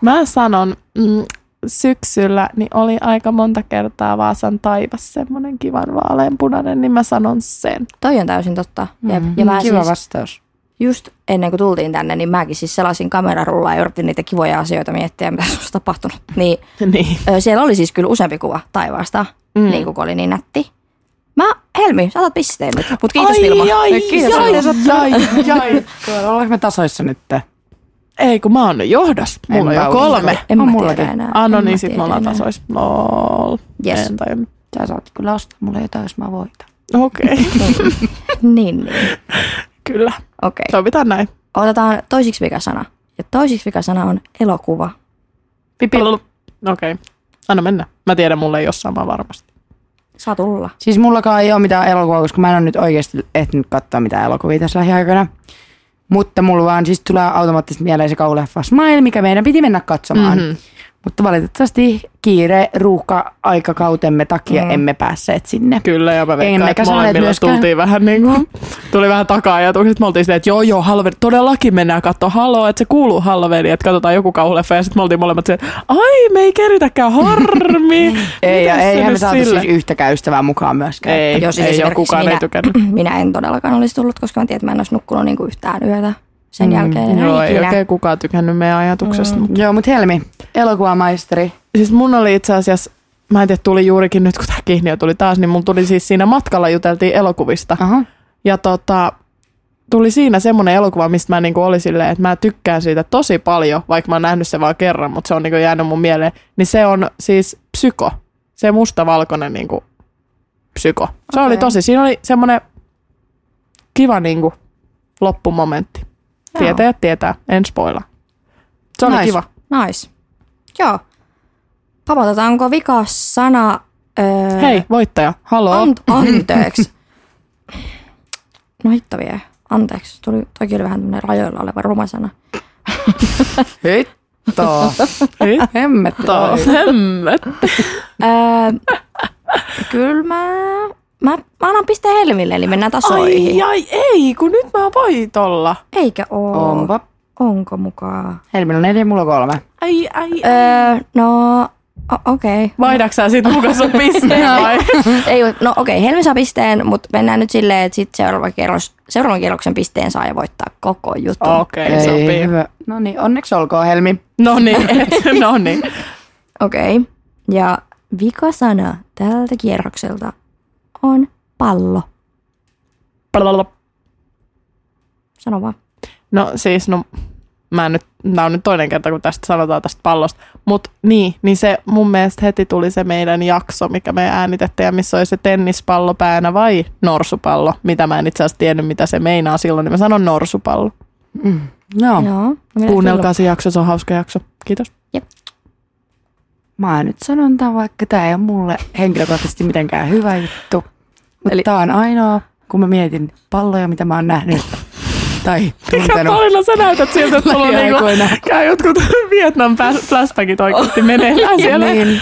Speaker 1: mä sanon, mm, syksyllä niin oli aika monta kertaa Vaasan taivas semmoinen kivan vaaleanpunainen, niin mä sanon sen.
Speaker 3: Toi on täysin totta. Jep. Ja mä
Speaker 2: Kiva
Speaker 3: siis
Speaker 2: vastaus.
Speaker 3: just ennen kuin tultiin tänne, niin mäkin siis selasin kamerarullaa ja yritin niitä kivoja asioita miettiä, mitä susta tapahtunut. Niin
Speaker 1: Niin.
Speaker 3: Ö, siellä oli siis kyllä useampi kuva taivaasta, mm. niin kuin oli niin nätti. Mä, Helmi, saatat pisteen nyt, mutta kiitos
Speaker 1: ai,
Speaker 3: Vilma.
Speaker 1: Ai,
Speaker 3: Nyt kiitos
Speaker 1: jai,
Speaker 3: Vilma.
Speaker 1: jai, jai.
Speaker 2: Ollaanko me tasoissa nyt?
Speaker 1: Ei, kun mä oon nyt johdas. Mulla on
Speaker 2: mä
Speaker 1: jo
Speaker 2: usko.
Speaker 1: kolme.
Speaker 3: En
Speaker 2: On
Speaker 3: mä
Speaker 2: mullakin.
Speaker 3: tiedä enää.
Speaker 1: Ah, no
Speaker 3: En mä
Speaker 1: niin, sit
Speaker 3: tiedä
Speaker 1: me ollaan
Speaker 3: enää.
Speaker 1: tasoissa. Lol.
Speaker 3: Yes.
Speaker 1: En tajunnut.
Speaker 2: Sä saat kyllä ostaa mulle jotain, jos mä voitan.
Speaker 1: Okei, okay.
Speaker 3: Niin, niin.
Speaker 1: kyllä.
Speaker 3: Okei. Okay.
Speaker 1: Sovitaan näin.
Speaker 3: Otetaan toisiksi vikasana. Ja toisiksi vikasana on elokuva.
Speaker 1: Pipi. Okei, okay. anna mennä. Mä tiedän, mulle ei ole sama varmasti.
Speaker 3: Saa tulla.
Speaker 2: Siis mullakaan ei ole mitään elokuvaa, koska mä en ole nyt oikeasti ehtinyt katsoa mitään elokuvia tässä lähiaikoina. Mutta mulla vaan siis tulee automaattisesti mieleen se kauleffa Smile, mikä meidän piti mennä katsomaan. Mm-hmm. Mutta valitettavasti kiire ruuhka-aikakautemme takia mm. emme päässeet sinne.
Speaker 1: Kyllä, ja mä veikkaan,
Speaker 2: mekä
Speaker 1: että
Speaker 2: sanoneet
Speaker 1: molemmilla
Speaker 2: myöskään.
Speaker 1: tultiin vähän niin kuin, tuli vähän taka-ajatukset. Me oltiin silleen, että joo, joo, halveri, todellakin mennään katsoa haloo, että se kuuluu halveri, että katsotaan joku kauhuleffa. Ja sitten me oltiin molemmat silleen, että ai, me ei keritäkään, harmi.
Speaker 2: Ei, ja
Speaker 1: Mitäs se
Speaker 2: eihän me
Speaker 1: nyt
Speaker 2: saatu
Speaker 1: sille?
Speaker 2: siis yhtäkään ystävää mukaan myöskään.
Speaker 1: Ei,
Speaker 3: Joo,
Speaker 1: Jos
Speaker 3: siis
Speaker 1: ei, ei ole
Speaker 3: esimerkiksi
Speaker 1: kukaan minä. ei tykännyt.
Speaker 3: Minä en todellakaan olisi tullut, koska mä tiedän, että mä en olisi nukkunut niinku yhtään yötä sen jälkeen enää
Speaker 1: Mm, Joo, ei
Speaker 3: ikinä.
Speaker 1: oikein kukaan tykännyt meidän ajatuksesta. Mm.
Speaker 2: Joo, mutta Helmi, elokuvamaisteri.
Speaker 1: Siis mun oli itse asiassa, mä en tiedä, tuli juurikin nyt, kun tämä kihniö tuli taas, niin mun tuli siis siinä matkalla juteltiin elokuvista.
Speaker 2: Aha.
Speaker 1: Ja tota, tuli siinä semmoinen elokuva, mistä mä niinku olin silleen, että mä tykkään siitä tosi paljon, vaikka mä oon nähnyt sen vaan kerran, mutta se on niinku jäänyt mun mieleen. Niin se on siis psyko, se mustavalkoinen niinku psyko. Se okay. oli
Speaker 3: Okei.
Speaker 1: tosi, siinä oli semmoinen kiva niinku loppumomentti.
Speaker 3: Joo.
Speaker 1: Tietäjät tietää, en spoila. Se oli
Speaker 2: Nice.
Speaker 1: kiva.
Speaker 3: Nice. Joo. Papatetaanko vikas sana? Öö,
Speaker 1: Hei, voittaja, haloo.
Speaker 3: Ant- anteeksi. No hitto vie. Anteeksi. Tuli, toki oli vähän tämmöinen rajoilla oleva ruma sana.
Speaker 2: Hei. Vittoa. Hemmettoa.
Speaker 1: Hemmet.
Speaker 3: Öö, kyllä mä, mä, mä annan piste Helmille, eli mennään tasoihin.
Speaker 1: Ai, ai, ei, kun nyt mä voitolla.
Speaker 3: Eikä oo.
Speaker 2: Onpa.
Speaker 3: Onko mukaan?
Speaker 2: Helmillä on no neljä, mulla on kolme.
Speaker 1: Ai, ai, ai.
Speaker 3: Öö, no, o- okei. Okay.
Speaker 1: Vaihdatko sä sit muka sun pisteen vai?
Speaker 3: Ei, oo- no okei, okay, Helmi saa pisteen, mutta mennään nyt silleen, että sit seuraava kierros, seuraavan kierroksen pisteen saa ja voittaa koko jutun.
Speaker 1: Okei, okay, sopii.
Speaker 2: hyvä. No niin, onneksi olkoon Helmi.
Speaker 1: No niin, no niin.
Speaker 3: Okei. Okay. Ja vikasana tältä kierrokselta on pallo. Sano vaan.
Speaker 1: No siis, no mä en nyt, tää on nyt toinen kerta, kun tästä sanotaan tästä pallosta. Mut niin, niin se mun mielestä heti tuli se meidän jakso, mikä me äänitettiin, ja missä oli se tennispallo päänä vai norsupallo, mitä mä en itse asiassa tiennyt, mitä se meinaa silloin, niin mä sanon norsupallo.
Speaker 2: No,
Speaker 3: Joo. No, mennään
Speaker 1: Oh. Kuunnelkaa se jakso, se on hauska jakso. Kiitos.
Speaker 2: mä nyt sanon tämän, vaikka tämä ei ole mulle henkilökohtaisesti mitenkään hyvä juttu. Mutta Eli...
Speaker 3: Eli-
Speaker 2: tämä on ainoa, kun mä mietin palloja, mitä mä oon nähnyt tai
Speaker 1: Mikä
Speaker 2: tuntenut.
Speaker 1: paljon sä näytät siltä, että sulla on niinku,
Speaker 2: Lähiaikoina.
Speaker 1: käy jotkut Vietnam flash- flashbackit oikeasti meneillään siellä.
Speaker 2: Niin.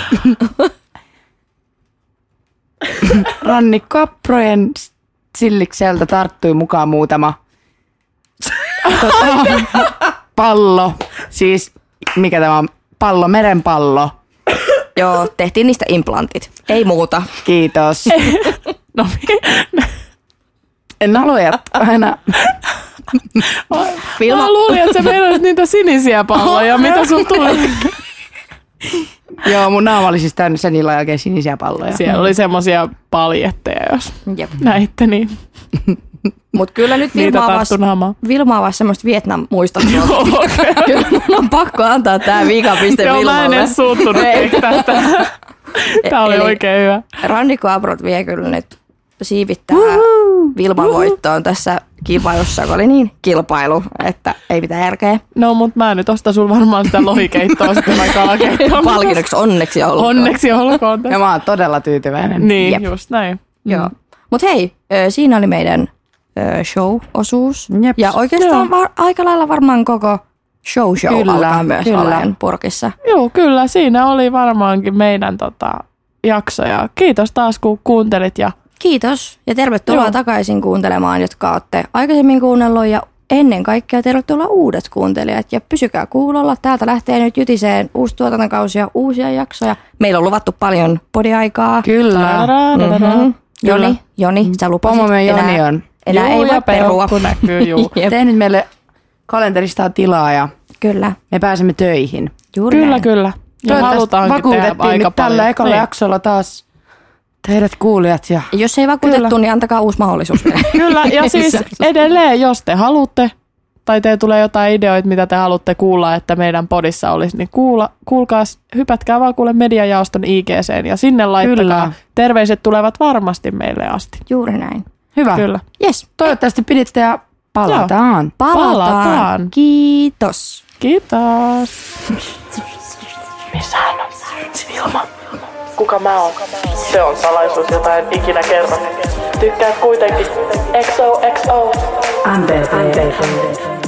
Speaker 2: Rannikkoaprojen sillikseltä tarttui mukaan muutama tota, pallo. Siis mikä tämä on? Pallo, merenpallo.
Speaker 3: Joo, tehtiin niistä implantit. Ei muuta.
Speaker 2: Kiitos.
Speaker 1: No,
Speaker 2: En halua jatkaa aina.
Speaker 1: mä luulin, että sä meinasit niitä sinisiä palloja, mitä sun tuli.
Speaker 2: Joo, mun naama oli siis täynnä sen illan jälkeen sinisiä palloja.
Speaker 1: Siellä oli semmoisia paljetteja, jos
Speaker 3: Jep.
Speaker 1: näitte, niin
Speaker 3: Mut kyllä nyt
Speaker 1: niitä
Speaker 3: Vilmaa vasta,
Speaker 1: tarttu naamaan.
Speaker 3: Vilmaa vasta semmoista Vietnam muista. kyllä mun on pakko antaa tää vikapiste
Speaker 1: Joo, mä en
Speaker 3: Vilmalle.
Speaker 1: edes suuttunut
Speaker 3: Ei.
Speaker 1: ehkä tästä. Tämä oli
Speaker 3: Eli-
Speaker 1: oikein hyvä.
Speaker 3: Rannikkoabrot vie kyllä nyt siivittää Vilman voittoon tässä kilpailussa, kun oli niin kilpailu, että ei mitään järkeä.
Speaker 1: No, mutta mä nyt ostan sulla varmaan sitä lohikeittoa sitten vai kalakeittoa.
Speaker 3: Palkinnoksi onneksi ollut.
Speaker 1: Onneksi olkoon
Speaker 2: Ja
Speaker 1: tässä.
Speaker 2: mä oon todella tyytyväinen.
Speaker 1: Niin,
Speaker 3: Jep.
Speaker 1: just näin.
Speaker 3: Joo.
Speaker 2: Mm.
Speaker 3: Mut hei, ö, siinä oli meidän ö, show-osuus.
Speaker 2: Jep.
Speaker 3: Ja oikeastaan var- aika lailla varmaan koko show-show
Speaker 2: Kyllä,
Speaker 3: alkaa myös
Speaker 2: kyllä.
Speaker 3: oleen purkissa.
Speaker 1: Joo, kyllä. Siinä oli varmaankin meidän tota, jaksoja. Kiitos taas, kun kuuntelit ja
Speaker 3: Kiitos ja tervetuloa
Speaker 1: Joo.
Speaker 3: Joo. takaisin kuuntelemaan, jotka olette aikaisemmin kuunnellut ja ennen kaikkea tervetuloa uudet kuuntelijat ja pysykää kuulolla. Täältä lähtee nyt jytiseen uusi tuotantokausi ja uusia jaksoja. Meillä on luvattu paljon podiaikaa. Mhm.
Speaker 2: Kyllä.
Speaker 1: Tadadadadada.
Speaker 3: Mm-hmm.
Speaker 1: Kyllä.
Speaker 3: Joni, Joni, sä lupasit.
Speaker 2: Pomomme Joni
Speaker 3: enää,
Speaker 2: on
Speaker 3: enää
Speaker 1: Juu,
Speaker 3: ei voi
Speaker 1: ja
Speaker 3: perua.
Speaker 1: peukku näkyy, juu.
Speaker 3: Jep,
Speaker 2: tehnyt meille kalenterista tilaa ja
Speaker 3: kyllä,
Speaker 2: me pääsemme töihin.
Speaker 3: juuri
Speaker 1: Kyllä,
Speaker 3: näin.
Speaker 1: kyllä. Ja halutaankin tehdä
Speaker 2: vakuutettiin
Speaker 1: aika
Speaker 2: nyt tällä
Speaker 1: paljon.
Speaker 2: ekalla
Speaker 1: Niin.
Speaker 2: jaksolla taas teidät kuulijat ja
Speaker 3: Jos ei vakuutettu,
Speaker 1: Kyllä.
Speaker 3: niin antakaa uusi mahdollisuus.
Speaker 1: Kyllä, ja siis edelleen, jos te haluatte, tai teillä tulee jotain ideoita, mitä te haluatte kuulla, että meidän podissa olisi, niin kuula, kuulkaas, hypätkää vaan kuule mediajaoston IGC ja sinne laittakaa.
Speaker 2: Kyllä.
Speaker 1: Kyllä. Terveiset tulevat varmasti meille asti.
Speaker 3: juuri näin.
Speaker 2: hyvä.
Speaker 1: Ah. Kyllä.
Speaker 3: Yes,
Speaker 2: Toivottavasti piditte ja palataan.
Speaker 3: palataan.
Speaker 1: Palataan.
Speaker 3: Kiitos.
Speaker 1: Kiitos.
Speaker 5: kuka mä oon. Se on salaisuus, jota en ikinä kerro. Tykkäät kuitenkin. XOXO. Anteeksi. Anteeksi.